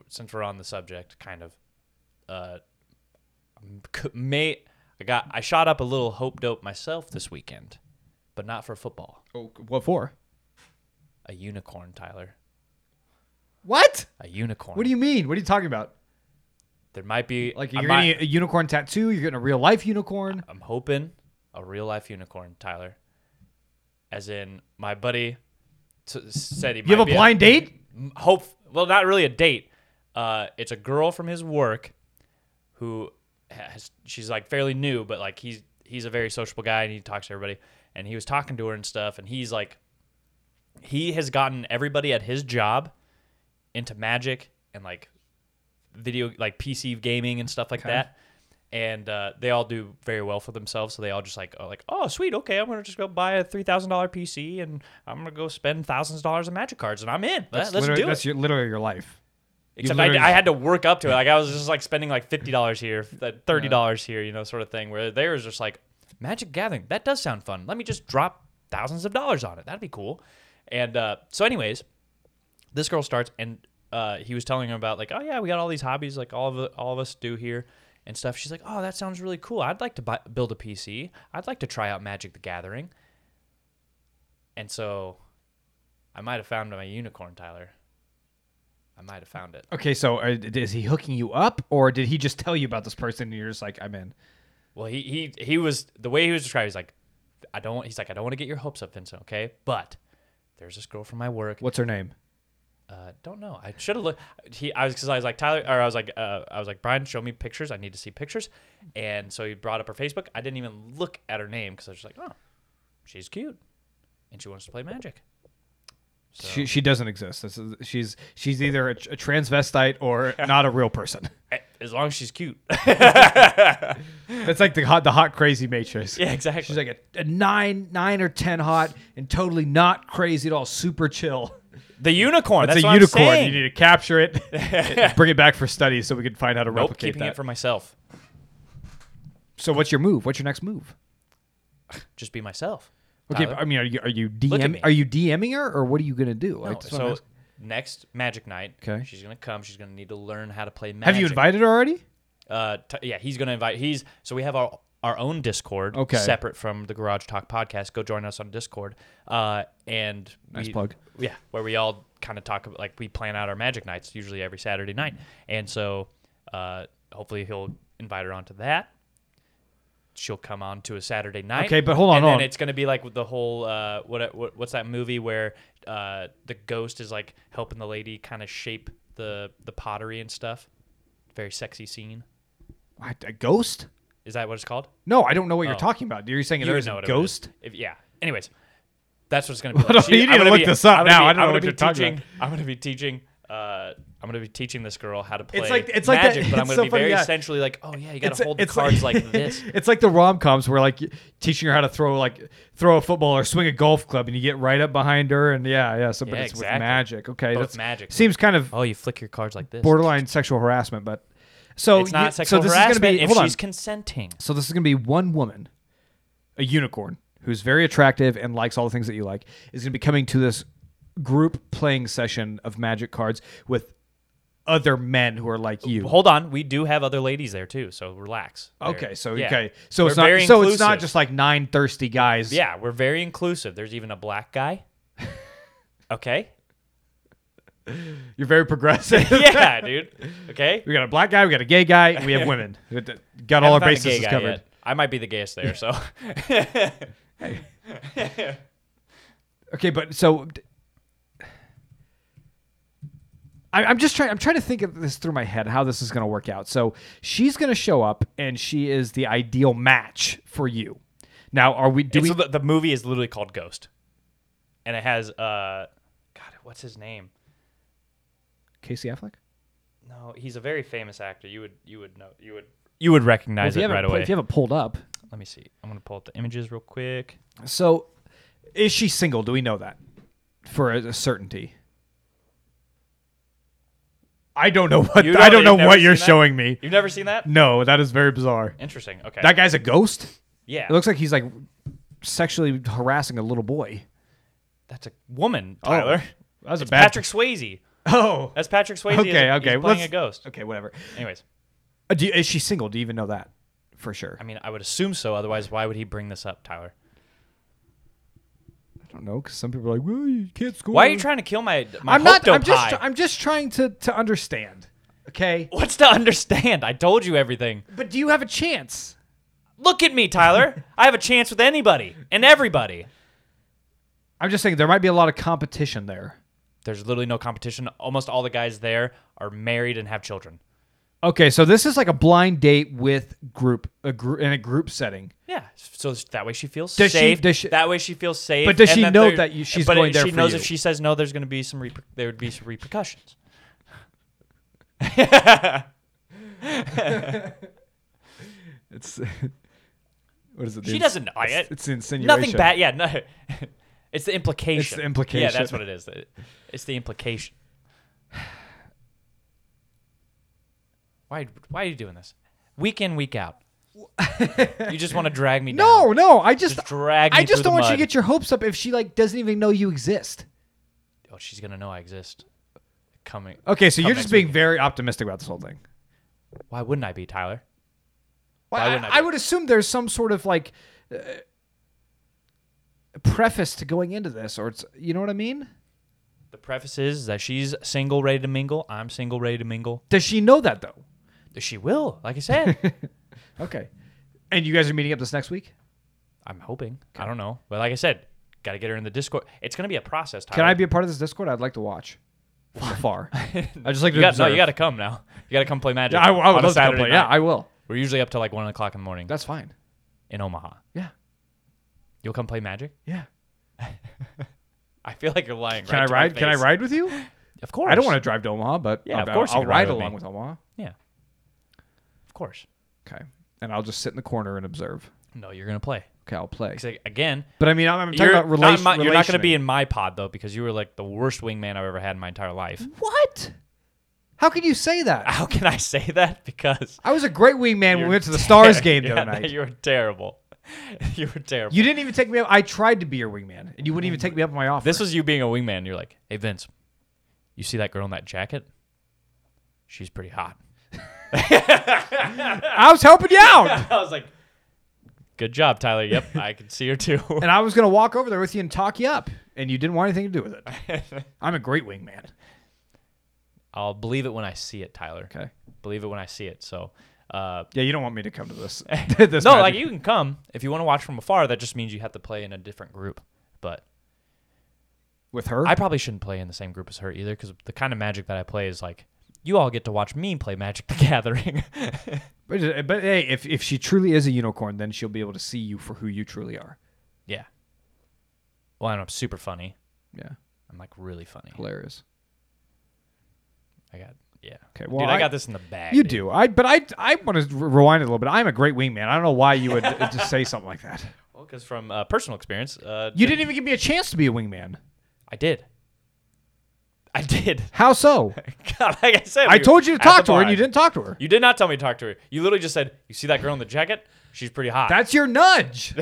[SPEAKER 2] since we're on the subject kind of uh c- may I got I shot up a little hope dope myself this weekend, but not for football.
[SPEAKER 1] Oh, what for?
[SPEAKER 2] A unicorn, Tyler.
[SPEAKER 1] What?
[SPEAKER 2] A unicorn.
[SPEAKER 1] What do you mean? What are you talking about?
[SPEAKER 2] There might be
[SPEAKER 1] Like
[SPEAKER 2] I
[SPEAKER 1] you're
[SPEAKER 2] might-
[SPEAKER 1] getting a unicorn tattoo? You're getting a real life unicorn?
[SPEAKER 2] I'm hoping a real life unicorn, Tyler. As in, my buddy t- said he.
[SPEAKER 1] You have a blind date?
[SPEAKER 2] hope. Well, not really a date. Uh, it's a girl from his work, who has she's like fairly new, but like he's he's a very sociable guy and he talks to everybody. And he was talking to her and stuff, and he's like, he has gotten everybody at his job into magic and like video like PC gaming and stuff like that. And uh, they all do very well for themselves, so they all just like are like, oh sweet, okay, I'm gonna just go buy a three thousand dollar PC and I'm gonna go spend thousands of dollars on magic cards and I'm in. Let- Let's
[SPEAKER 1] literally,
[SPEAKER 2] do
[SPEAKER 1] that's
[SPEAKER 2] it.
[SPEAKER 1] Your, literally your life.
[SPEAKER 2] Except I,
[SPEAKER 1] literally-
[SPEAKER 2] I had to work up to it. Like I was just like spending like fifty dollars here, that thirty dollars here, you know, sort of thing. Where they was just like Magic Gathering. That does sound fun. Let me just drop thousands of dollars on it. That'd be cool. And uh, so, anyways, this girl starts and uh, he was telling her about like oh yeah we got all these hobbies like all of all of us do here and stuff she's like oh that sounds really cool i'd like to buy, build a pc i'd like to try out magic the gathering and so i might have found my unicorn tyler i might have found it
[SPEAKER 1] Okay, so uh, is he hooking you up, or did he just tell you about this person and you're just like, I'm in?
[SPEAKER 2] well he he he was the way he was described he's like i don't want he's like i don't want to get your hopes up vincent okay but there's this girl from my work
[SPEAKER 1] What's her name?
[SPEAKER 2] Uh, don't know. I should have looked. He, I was because I was like Tyler, or I was like, uh, I was like Brian, show me pictures. I need to see pictures. And so he brought up her Facebook. I didn't even look at her name because I was just like, oh, she's cute, and she wants to play magic. So,
[SPEAKER 1] She, she doesn't exist. This is, she's she's either a, a transvestite or not a real person.
[SPEAKER 2] a- eh, as long as she's cute,
[SPEAKER 1] That's like the hot the hot crazy matrix.
[SPEAKER 2] yeah, exactly.
[SPEAKER 1] She's like a, a nine nine or ten hot and totally not crazy at all. Super chill.
[SPEAKER 2] the unicorn. That's,
[SPEAKER 1] That's a
[SPEAKER 2] what I'm
[SPEAKER 1] unicorn.
[SPEAKER 2] saying.
[SPEAKER 1] You need to capture it, and bring it back for study so we can find how to
[SPEAKER 2] nope,
[SPEAKER 1] replicate
[SPEAKER 2] keeping
[SPEAKER 1] that.
[SPEAKER 2] it for myself.
[SPEAKER 1] so what's your move? What's your next move?
[SPEAKER 2] Just be myself.
[SPEAKER 1] Okay,
[SPEAKER 2] Tyler.
[SPEAKER 1] but I mean, are you are you
[SPEAKER 2] at
[SPEAKER 1] DM
[SPEAKER 2] me.
[SPEAKER 1] are you DMing her or what are you gonna do? I
[SPEAKER 2] No,
[SPEAKER 1] just wanna
[SPEAKER 2] Oh, so
[SPEAKER 1] ask-
[SPEAKER 2] next magic night,
[SPEAKER 1] Okay.
[SPEAKER 2] she's gonna come. She's gonna need to learn how to play magic.
[SPEAKER 1] have you invited her already?
[SPEAKER 2] uh t- yeah he's gonna invite he's so we have our our own discord
[SPEAKER 1] Okay.
[SPEAKER 2] separate from the garage talk podcast go join us on discord uh and
[SPEAKER 1] Nice
[SPEAKER 2] we-
[SPEAKER 1] plug.
[SPEAKER 2] yeah where we all kind of talk about like we plan out our magic nights usually every saturday night and so uh hopefully he'll invite her onto that she'll come on to a saturday night
[SPEAKER 1] Okay, but hold on,
[SPEAKER 2] and
[SPEAKER 1] hold
[SPEAKER 2] then
[SPEAKER 1] on.
[SPEAKER 2] it's gonna be like with the whole uh what, what what's that movie where uh the ghost is like helping the lady kind of shape the the pottery and stuff very sexy scene
[SPEAKER 1] I- A ghost?
[SPEAKER 2] is that what it's called?
[SPEAKER 1] No, I don't know what
[SPEAKER 2] Oh.
[SPEAKER 1] you're talking about. You're saying
[SPEAKER 2] You
[SPEAKER 1] there's
[SPEAKER 2] would know
[SPEAKER 1] a
[SPEAKER 2] what it
[SPEAKER 1] ghost?
[SPEAKER 2] is. If, yeah. Anyways, that's what it's going to be.
[SPEAKER 1] Well,
[SPEAKER 2] Like.
[SPEAKER 1] you need
[SPEAKER 2] I'm
[SPEAKER 1] to
[SPEAKER 2] gonna
[SPEAKER 1] look
[SPEAKER 2] be-
[SPEAKER 1] this up
[SPEAKER 2] I'm
[SPEAKER 1] now.
[SPEAKER 2] gonna
[SPEAKER 1] I don't know
[SPEAKER 2] I'm
[SPEAKER 1] what
[SPEAKER 2] gonna
[SPEAKER 1] you're
[SPEAKER 2] be
[SPEAKER 1] talking
[SPEAKER 2] teaching,
[SPEAKER 1] about.
[SPEAKER 2] I'm going to be teaching. Uh, I'm going to be teaching this girl how to play
[SPEAKER 1] It's like- it's like that-
[SPEAKER 2] magic, but I'm
[SPEAKER 1] it's
[SPEAKER 2] going to
[SPEAKER 1] so
[SPEAKER 2] be
[SPEAKER 1] funny,
[SPEAKER 2] very
[SPEAKER 1] yeah.
[SPEAKER 2] essentially like, oh yeah, you got
[SPEAKER 1] It's-
[SPEAKER 2] to hold the
[SPEAKER 1] it's like-
[SPEAKER 2] cards like this.
[SPEAKER 1] It's like the rom coms where like teaching her how to throw like throw a football or swing a golf club, and you get right up behind her, and yeah, yeah. So, but
[SPEAKER 2] Yeah,
[SPEAKER 1] it's
[SPEAKER 2] exactly.
[SPEAKER 1] with magic. Okay,
[SPEAKER 2] But with
[SPEAKER 1] that's
[SPEAKER 2] magic.
[SPEAKER 1] Seems kind of
[SPEAKER 2] Oh, you flick your cards like this.
[SPEAKER 1] borderline sexual harassment, but so
[SPEAKER 2] It's not
[SPEAKER 1] you-
[SPEAKER 2] sexual
[SPEAKER 1] so this
[SPEAKER 2] harassment
[SPEAKER 1] is gonna be
[SPEAKER 2] if
[SPEAKER 1] hold on.
[SPEAKER 2] she's consenting.
[SPEAKER 1] So this is going to be one woman, a unicorn who's very attractive and likes all the things that you like, is going to be coming to this group playing session of magic cards with other men who are like you.
[SPEAKER 2] Hold on, we do have other ladies there too, so relax. There.
[SPEAKER 1] Okay, so
[SPEAKER 2] Yeah.
[SPEAKER 1] okay, so
[SPEAKER 2] We're
[SPEAKER 1] it's not so
[SPEAKER 2] very
[SPEAKER 1] it's not
[SPEAKER 2] inclusive.
[SPEAKER 1] just like nine thirsty guys.
[SPEAKER 2] Yeah, we're very inclusive. There's even a black guy. Okay.
[SPEAKER 1] you're very progressive.
[SPEAKER 2] Yeah, dude. Okay.
[SPEAKER 1] we got a black guy, we got a gay guy, and we have women. Got all our
[SPEAKER 2] Haven't found a gay
[SPEAKER 1] bases
[SPEAKER 2] guy
[SPEAKER 1] covered.
[SPEAKER 2] yet. I might be the gayest there, so
[SPEAKER 1] Okay, but so d- I, I'm just trying. I'm trying to think of this through my head how this is going to work out. So she's going to show up, and she is the ideal match for you. Now, are we? Do
[SPEAKER 2] It's-
[SPEAKER 1] we?
[SPEAKER 2] the, the movie is literally called Ghost, and it has uh, God, what's his name?
[SPEAKER 1] Casey Affleck.
[SPEAKER 2] No, he's a very famous actor. You would you would know you would you would recognize
[SPEAKER 1] if, you
[SPEAKER 2] it
[SPEAKER 1] haven't,
[SPEAKER 2] right
[SPEAKER 1] pu-
[SPEAKER 2] away.
[SPEAKER 1] if you haven't pulled up,
[SPEAKER 2] Let me see. I'm gonna pull up the images real quick.
[SPEAKER 1] so is she single? Do we know that for a, a certainty? I don't know what
[SPEAKER 2] You know
[SPEAKER 1] I don't
[SPEAKER 2] that
[SPEAKER 1] know
[SPEAKER 2] you've
[SPEAKER 1] what
[SPEAKER 2] never
[SPEAKER 1] you're
[SPEAKER 2] seen that?
[SPEAKER 1] showing me.
[SPEAKER 2] You've never seen that?
[SPEAKER 1] No, that is very bizarre.
[SPEAKER 2] Interesting. Okay.
[SPEAKER 1] That guy's a ghost.
[SPEAKER 2] yeah.
[SPEAKER 1] It looks like he's like sexually harassing a little boy.
[SPEAKER 2] That's a woman, Tyler.
[SPEAKER 1] That was Oh, a
[SPEAKER 2] It's
[SPEAKER 1] bad.
[SPEAKER 2] Patrick Swayze.
[SPEAKER 1] Oh,
[SPEAKER 2] That's Patrick Swayze.
[SPEAKER 1] okay,
[SPEAKER 2] as a-
[SPEAKER 1] okay.
[SPEAKER 2] He's playing
[SPEAKER 1] let's-
[SPEAKER 2] a ghost.
[SPEAKER 1] Okay, whatever.
[SPEAKER 2] Anyways,
[SPEAKER 1] Uh, do you- is she single? Do you even know that for sure?
[SPEAKER 2] I mean, I would assume so. Otherwise, why would he bring this up, Tyler?
[SPEAKER 1] I don't know because some people are like, "Well, you can't score."
[SPEAKER 2] Why are you trying to kill my my
[SPEAKER 1] Mm. I'm not.
[SPEAKER 2] hope-dope
[SPEAKER 1] I'm just.
[SPEAKER 2] high?
[SPEAKER 1] I'm just trying to to understand. Okay,
[SPEAKER 2] What's to understand? I told you everything.
[SPEAKER 1] but do you have a chance?
[SPEAKER 2] Look at me, Tyler. I have a chance with anybody and everybody.
[SPEAKER 1] I'm just saying there might be a lot of competition there.
[SPEAKER 2] There's literally no competition. Almost all the guys there are married and have children.
[SPEAKER 1] Okay, so this is like a blind date with group a group in a group setting.
[SPEAKER 2] Yeah, so that way she feels
[SPEAKER 1] Does she-
[SPEAKER 2] safe.
[SPEAKER 1] does she-
[SPEAKER 2] that way she feels safe.
[SPEAKER 1] But does
[SPEAKER 2] and
[SPEAKER 1] she
[SPEAKER 2] then
[SPEAKER 1] know
[SPEAKER 2] there-
[SPEAKER 1] that you- she's
[SPEAKER 2] but
[SPEAKER 1] going there
[SPEAKER 2] She
[SPEAKER 1] for
[SPEAKER 2] knows
[SPEAKER 1] you?
[SPEAKER 2] if she says no, there's going to be some reper- there would be some repercussions.
[SPEAKER 1] It's what is it?
[SPEAKER 2] She doesn't know it.
[SPEAKER 1] It's insinuation.
[SPEAKER 2] Nothing bad. Yeah, no. It's the implication.
[SPEAKER 1] It's the implication.
[SPEAKER 2] Yeah, that's what it is. It's the implication. Why? Why are you doing this? Week in, week out. you just want to drag me down.
[SPEAKER 1] No, no. I just,
[SPEAKER 2] Just drag me
[SPEAKER 1] I just
[SPEAKER 2] through
[SPEAKER 1] don't
[SPEAKER 2] the
[SPEAKER 1] want you
[SPEAKER 2] mud.
[SPEAKER 1] to get your hopes up if she like doesn't even know you exist.
[SPEAKER 2] Oh, she's gonna know I exist. Coming.
[SPEAKER 1] Okay, so
[SPEAKER 2] Come
[SPEAKER 1] you're
[SPEAKER 2] next
[SPEAKER 1] just being very optimistic about this whole thing.
[SPEAKER 2] Why wouldn't I be Tyler?
[SPEAKER 1] Well,
[SPEAKER 2] Why
[SPEAKER 1] I,
[SPEAKER 2] wouldn't I
[SPEAKER 1] I
[SPEAKER 2] be?
[SPEAKER 1] would assume there's some sort of like uh, preface to going into this, or it's you know what I mean.
[SPEAKER 2] The preface is that she's single, ready to mingle. I'm single, ready to mingle.
[SPEAKER 1] Does she know that though?
[SPEAKER 2] She will, like I said.
[SPEAKER 1] Okay, and you guys are meeting up this next week.
[SPEAKER 2] I'm hoping. I don't know, but like I said, gotta get her in the Discord. It's gonna be a process. Tyler.
[SPEAKER 1] Can I be a part of this Discord? I'd like to watch from afar. I just like to
[SPEAKER 2] You got, no,
[SPEAKER 1] observe.
[SPEAKER 2] you got to come now. You got to come play Magic.
[SPEAKER 1] Yeah, I, I would
[SPEAKER 2] on a
[SPEAKER 1] love to come
[SPEAKER 2] Saturday
[SPEAKER 1] play. Yeah,
[SPEAKER 2] night.
[SPEAKER 1] I will.
[SPEAKER 2] We're usually up to like one o'clock in the morning
[SPEAKER 1] That's fine.
[SPEAKER 2] in Omaha.
[SPEAKER 1] Yeah,
[SPEAKER 2] You'll come play Magic?
[SPEAKER 1] yeah.
[SPEAKER 2] I feel like you're lying.
[SPEAKER 1] Can
[SPEAKER 2] right
[SPEAKER 1] I
[SPEAKER 2] to my
[SPEAKER 1] ride? Can I
[SPEAKER 2] face.
[SPEAKER 1] ride with you?
[SPEAKER 2] Of course.
[SPEAKER 1] I don't want to drive to Omaha, but
[SPEAKER 2] Yeah,
[SPEAKER 1] I'll,
[SPEAKER 2] of course you
[SPEAKER 1] I'll,
[SPEAKER 2] can ride
[SPEAKER 1] ride
[SPEAKER 2] with
[SPEAKER 1] along
[SPEAKER 2] me.
[SPEAKER 1] with Omaha.
[SPEAKER 2] Yeah. Of course.
[SPEAKER 1] Okay. And I'll just sit in the corner and observe.
[SPEAKER 2] No, you're gonna play.
[SPEAKER 1] Okay, I'll play.
[SPEAKER 2] 'Cause, like, Again,
[SPEAKER 1] But I mean, I'm, I'm talking
[SPEAKER 2] you're
[SPEAKER 1] about
[SPEAKER 2] not
[SPEAKER 1] relation.
[SPEAKER 2] my- you're not gonna be
[SPEAKER 1] relationing.
[SPEAKER 2] in my pod though because you were like the worst wingman I've ever had in my entire life.
[SPEAKER 1] What? How can you say that?
[SPEAKER 2] How can I say that? Because
[SPEAKER 1] I was a great wingman when
[SPEAKER 2] you're
[SPEAKER 1] we went to the Stars
[SPEAKER 2] ter-
[SPEAKER 1] game the
[SPEAKER 2] Yeah,
[SPEAKER 1] other night.
[SPEAKER 2] You were terrible. You were terrible.
[SPEAKER 1] You didn't even take me up. I tried to be your wingman, and you wouldn't even take me up on my offer.
[SPEAKER 2] This was you being a wingman. You're like, hey Vince, you see that girl in that jacket? She's pretty hot.
[SPEAKER 1] I was helping you out,
[SPEAKER 2] I was like, good job, Tyler. Yep, I can see her too.
[SPEAKER 1] and I was gonna walk over there with you and talk you up, and you didn't want anything to do with it. I'm a great wingman.
[SPEAKER 2] I'll believe it when I see it, Tyler.
[SPEAKER 1] Okay.
[SPEAKER 2] Believe it when I see it. So, uh,
[SPEAKER 1] Yeah, you don't want me to come to this. this
[SPEAKER 2] no,
[SPEAKER 1] magic-
[SPEAKER 2] like you can come if you want to watch from afar. That just means you have to play in a different group. But
[SPEAKER 1] with her.
[SPEAKER 2] I probably shouldn't play in the same group as her either, because the kind of magic that I play is like you all get to watch me play Magic: The Gathering.
[SPEAKER 1] but, but hey, if if she truly is a unicorn, then she'll be able to see you for who you truly are.
[SPEAKER 2] yeah. Well, and I'm super funny.
[SPEAKER 1] Yeah,
[SPEAKER 2] I'm like really funny.
[SPEAKER 1] hilarious.
[SPEAKER 2] I got yeah.
[SPEAKER 1] Okay, well,
[SPEAKER 2] dude, I,
[SPEAKER 1] I-
[SPEAKER 2] got this in the bag.
[SPEAKER 1] You
[SPEAKER 2] dude.
[SPEAKER 1] do. I but I I want to rewind it a little bit. I'm a great wingman. I don't know why you would uh, just say something like that.
[SPEAKER 2] Well, because from uh, personal experience, uh,
[SPEAKER 1] You didn't even give me a chance to be a wingman.
[SPEAKER 2] I did. I did.
[SPEAKER 1] How so?
[SPEAKER 2] God, like I said,
[SPEAKER 1] I
[SPEAKER 2] we were
[SPEAKER 1] told you to
[SPEAKER 2] at the
[SPEAKER 1] talk to her and
[SPEAKER 2] bar.
[SPEAKER 1] you didn't talk to her.
[SPEAKER 2] You did not tell me to talk to her. You literally just said, "You see that girl in the jacket? She's pretty hot."
[SPEAKER 1] That's your nudge.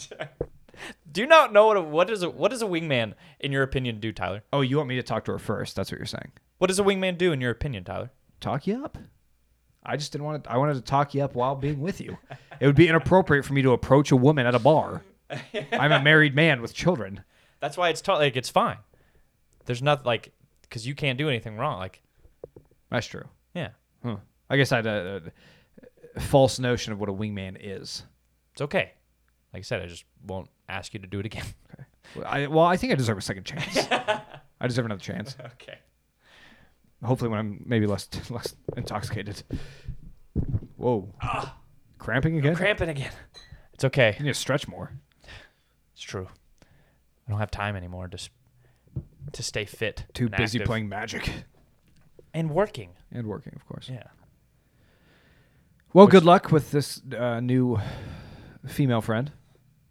[SPEAKER 2] do you not know what a, what is a, what does a wingman in your opinion do, Tyler?
[SPEAKER 1] oh, you want me to talk to her first? That's what you're saying.
[SPEAKER 2] What does a wingman do in your opinion, Tyler?
[SPEAKER 1] talk you up. I just didn't want to. I wanted to talk you up while being with you. It would be inappropriate for me to approach a woman at a bar. I'm a married man with children.
[SPEAKER 2] That's why it's taught like it's fine. There's not like because you can't do anything wrong. Like
[SPEAKER 1] That's true.
[SPEAKER 2] yeah,
[SPEAKER 1] Huh. I guess I had a, a false notion of what a wingman is.
[SPEAKER 2] it's okay. Like I said, I just won't ask you to do it again.
[SPEAKER 1] Well, I, well, I think I deserve a second chance. I deserve another chance.
[SPEAKER 2] okay.
[SPEAKER 1] Hopefully, when I'm maybe less less intoxicated. Whoa. Cramping again?
[SPEAKER 2] Cramping again. It's okay.
[SPEAKER 1] You need to stretch more.
[SPEAKER 2] It's true. I don't have time anymore to s- to stay fit.
[SPEAKER 1] Too
[SPEAKER 2] and
[SPEAKER 1] busy
[SPEAKER 2] active.
[SPEAKER 1] playing magic
[SPEAKER 2] and working.
[SPEAKER 1] and working, of course.
[SPEAKER 2] Yeah.
[SPEAKER 1] Well, good luck with this uh, new female friend.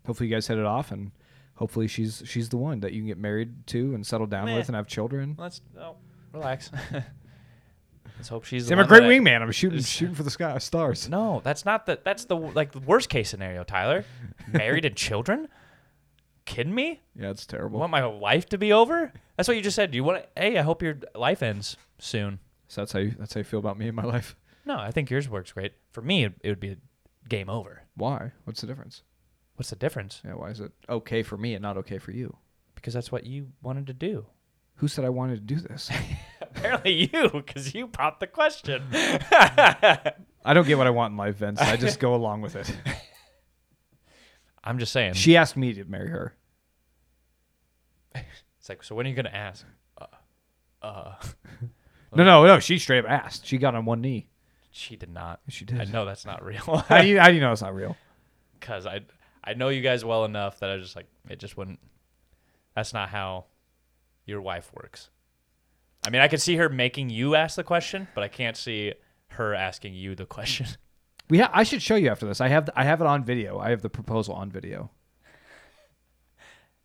[SPEAKER 1] Hopefully, you guys hit it off, and hopefully, she's she's the one that you can get married to and settle down
[SPEAKER 2] Meh.
[SPEAKER 1] with and have children.
[SPEAKER 2] Let's oh, relax. Let's hope she's.
[SPEAKER 1] See,
[SPEAKER 2] the
[SPEAKER 1] I'm a
[SPEAKER 2] one
[SPEAKER 1] great
[SPEAKER 2] that I-
[SPEAKER 1] wingman. I'm shooting shooting for the sky stars.
[SPEAKER 2] No, that's not the. That's the like the worst case scenario, Tyler. Married and children. Kidding me?
[SPEAKER 1] Yeah, it's
[SPEAKER 2] I
[SPEAKER 1] terrible.
[SPEAKER 2] want my life to be over? That's what you just said. You want? To, hey, I hope your life ends soon.
[SPEAKER 1] So that's how you, that's how you feel about me and my life.
[SPEAKER 2] No, I think yours works great. For me, it, it would be game over.
[SPEAKER 1] Why? What's the difference?
[SPEAKER 2] What's the difference?
[SPEAKER 1] Yeah, why is it okay for me and not okay for you?
[SPEAKER 2] Because that's what you wanted to do.
[SPEAKER 1] Who said I wanted to do this?
[SPEAKER 2] Apparently, you, because you popped the question.
[SPEAKER 1] I don't get what I want in life, Vince. I just go along with it.
[SPEAKER 2] I'm just saying.
[SPEAKER 1] She asked me to marry her.
[SPEAKER 2] It's like, so when are you gonna ask? Uh,
[SPEAKER 1] No, no, no. She straight up asked. She got on one knee.
[SPEAKER 2] She did not.
[SPEAKER 1] She did.
[SPEAKER 2] I know that's not real.
[SPEAKER 1] How do you, how do you know it's not real?
[SPEAKER 2] because I I know you guys well enough that I just like it just wouldn't. That's not how your wife works. I mean, I could see her making you ask the question, but I can't see her asking you the question.
[SPEAKER 1] We ha- I should show you after this. I have I have it on video. I have the proposal on video.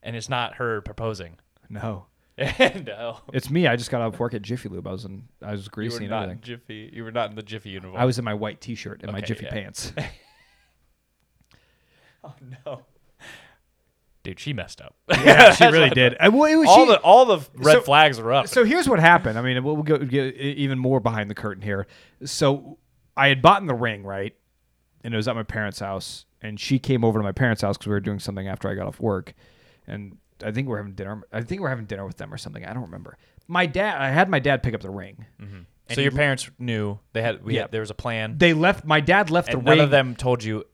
[SPEAKER 2] And it's not her proposing.
[SPEAKER 1] No,
[SPEAKER 2] no,
[SPEAKER 1] it's me. I just got off work at Jiffy Lube. I was in I was
[SPEAKER 2] you were
[SPEAKER 1] greasy and
[SPEAKER 2] not in
[SPEAKER 1] everything.
[SPEAKER 2] Jiffy. You were not in the Jiffy uniform.
[SPEAKER 1] I was in my white T-shirt and my
[SPEAKER 2] Okay,
[SPEAKER 1] Jiffy
[SPEAKER 2] yeah.
[SPEAKER 1] pants.
[SPEAKER 2] Oh no, dude, she messed up.
[SPEAKER 1] yeah, she really did. Uh, well, it was-
[SPEAKER 2] all
[SPEAKER 1] she-
[SPEAKER 2] the all the red
[SPEAKER 1] so-
[SPEAKER 2] flags were up.
[SPEAKER 1] so here's what happened. I mean, we'll go get e, even more behind the curtain here. So I had bought in the ring, right? And it was at my parents' house. And she came over to my parents' house because we were doing something after I got off work. And I think we're having dinner. I think we're having dinner with them or something. I don't remember. My dad. I had my dad pick up the ring.
[SPEAKER 2] So your parents knew they had. We
[SPEAKER 1] Yeah.
[SPEAKER 2] had, there was a plan.
[SPEAKER 1] They left. My dad left
[SPEAKER 2] and
[SPEAKER 1] the
[SPEAKER 2] none
[SPEAKER 1] ring.
[SPEAKER 2] of them told you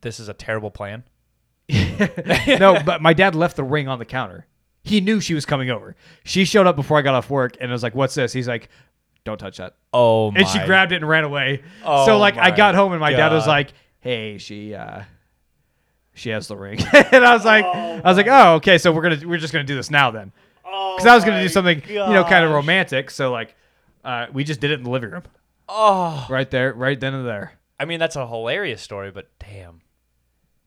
[SPEAKER 2] this is a terrible plan.
[SPEAKER 1] no, but my dad left the ring on the counter. He knew she was coming over. She showed up before I got off work, and I was like, "What's this?" He's like, "Don't touch that."
[SPEAKER 2] Oh my!
[SPEAKER 1] and she grabbed it and ran away.
[SPEAKER 2] Oh
[SPEAKER 1] so like I
[SPEAKER 2] my
[SPEAKER 1] got home and my dad was
[SPEAKER 2] God.
[SPEAKER 1] like, "Hey, she uh she has the ring." and I was like I was like, "Oh, okay, so we're going to we're just going to do this now then."
[SPEAKER 2] Oh
[SPEAKER 1] Cuz I was going to do something, you know, kind of romantic, so like uh we just did it in the living room.
[SPEAKER 2] Oh,
[SPEAKER 1] Right there, right then and there.
[SPEAKER 2] I mean that's a hilarious story, but damn,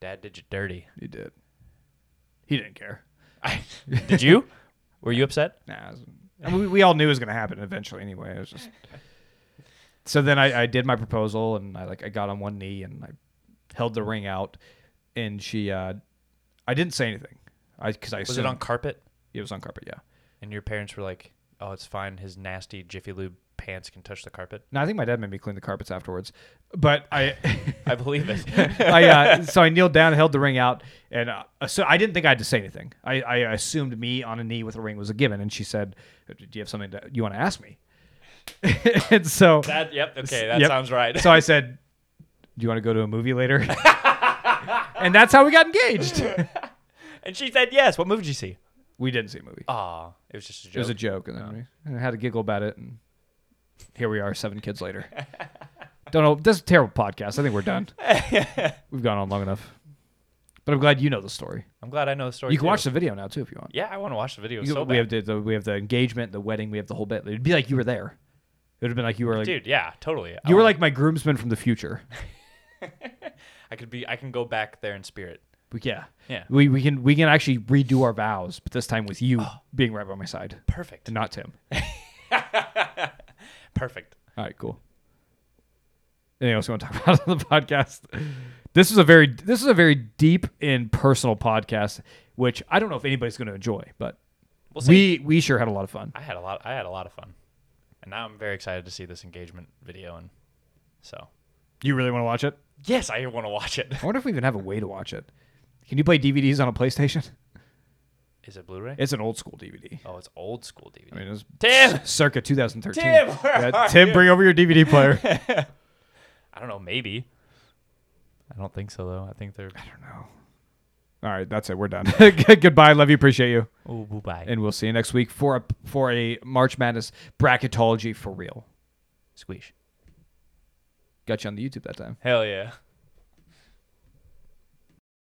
[SPEAKER 2] Dad did you dirty.
[SPEAKER 1] He did. He didn't care.
[SPEAKER 2] did you? Were you upset?
[SPEAKER 1] Nah, it was- I mean, we, we all knew it was going to happen eventually anyway. It was just So then I, I did my proposal and I like I got on one knee and I held the ring out and she uh I didn't say anything. I cuz I
[SPEAKER 2] Was it on carpet?
[SPEAKER 1] it was on carpet, yeah.
[SPEAKER 2] And your parents were like, "Oh, it's fine. His nasty Jiffy Lube pants can touch the carpet."
[SPEAKER 1] No, I think my dad made me clean the carpets afterwards. But I
[SPEAKER 2] I believe it.
[SPEAKER 1] I uh, so I kneeled down, held the ring out, and uh, so I didn't think I had to say anything. I, I assumed me on a knee with a ring was a given, and she said, "Do you have something that you want to ask me?" and so
[SPEAKER 2] that yep. Okay, that
[SPEAKER 1] Yep.
[SPEAKER 2] sounds right.
[SPEAKER 1] So I said, "Do you want to go to a movie later?" and that's how we got engaged.
[SPEAKER 2] and she said yes. What movie did you see?
[SPEAKER 1] We didn't see a movie.
[SPEAKER 2] Ah, it was just a joke. Oh.
[SPEAKER 1] It was a joke, and then we and I had to giggle about it, and here we are, seven kids later. Don't know. This is a terrible podcast. I think we're done. We've gone on long enough. But I'm glad you know the story.
[SPEAKER 2] I'm glad Oh, I know the story.
[SPEAKER 1] You can
[SPEAKER 2] too.
[SPEAKER 1] watch the video now too if you want.
[SPEAKER 2] Yeah, I want to watch the video
[SPEAKER 1] You-
[SPEAKER 2] so
[SPEAKER 1] we
[SPEAKER 2] bad.
[SPEAKER 1] have the, the we have the engagement, the wedding, we have the whole bit. It'd be like you were there. It would have been like you were like
[SPEAKER 2] Dude, yeah, totally. Oh, I
[SPEAKER 1] you were
[SPEAKER 2] wanna-
[SPEAKER 1] like my groomsman from the future.
[SPEAKER 2] I could be. I can go back there in spirit.
[SPEAKER 1] We- yeah.
[SPEAKER 2] Yeah.
[SPEAKER 1] We we can we can actually redo our vows, but this time with you being right by my side
[SPEAKER 2] Perfect.
[SPEAKER 1] and not Tim.
[SPEAKER 2] Perfect.
[SPEAKER 1] All right, cool. Anything else you want to talk about on the podcast? This is a very this is a very deep and personal podcast, which I don't know if anybody's going to enjoy, but
[SPEAKER 2] We'll see.
[SPEAKER 1] we we sure had a lot of fun.
[SPEAKER 2] I had a lot. I had a lot of fun. And now I'm very excited to see this engagement video. And so,
[SPEAKER 1] You really want to watch it?
[SPEAKER 2] yes, I want to watch it.
[SPEAKER 1] I wonder if we even have a way to watch it. Can you play DVDs on a PlayStation?
[SPEAKER 2] Is it Blu-ray?
[SPEAKER 1] It's an old school DVD.
[SPEAKER 2] oh, it's old school DVD.
[SPEAKER 1] I mean, it was
[SPEAKER 2] Tim,
[SPEAKER 1] circa 2013.
[SPEAKER 2] Tim, where are
[SPEAKER 1] Tim,
[SPEAKER 2] you?
[SPEAKER 1] bring over your DVD player. I
[SPEAKER 2] I don't know. Maybe. I don't think so though. I think they're.
[SPEAKER 1] don't know. All right, that's it. We're done. Goodbye. Love you. Appreciate you.
[SPEAKER 2] Oh, boo bye.
[SPEAKER 1] And we'll see you next week for a for a March Madness bracketology for real.
[SPEAKER 2] Squeeze.
[SPEAKER 1] Got you on the YouTube that time.
[SPEAKER 2] Hell yeah.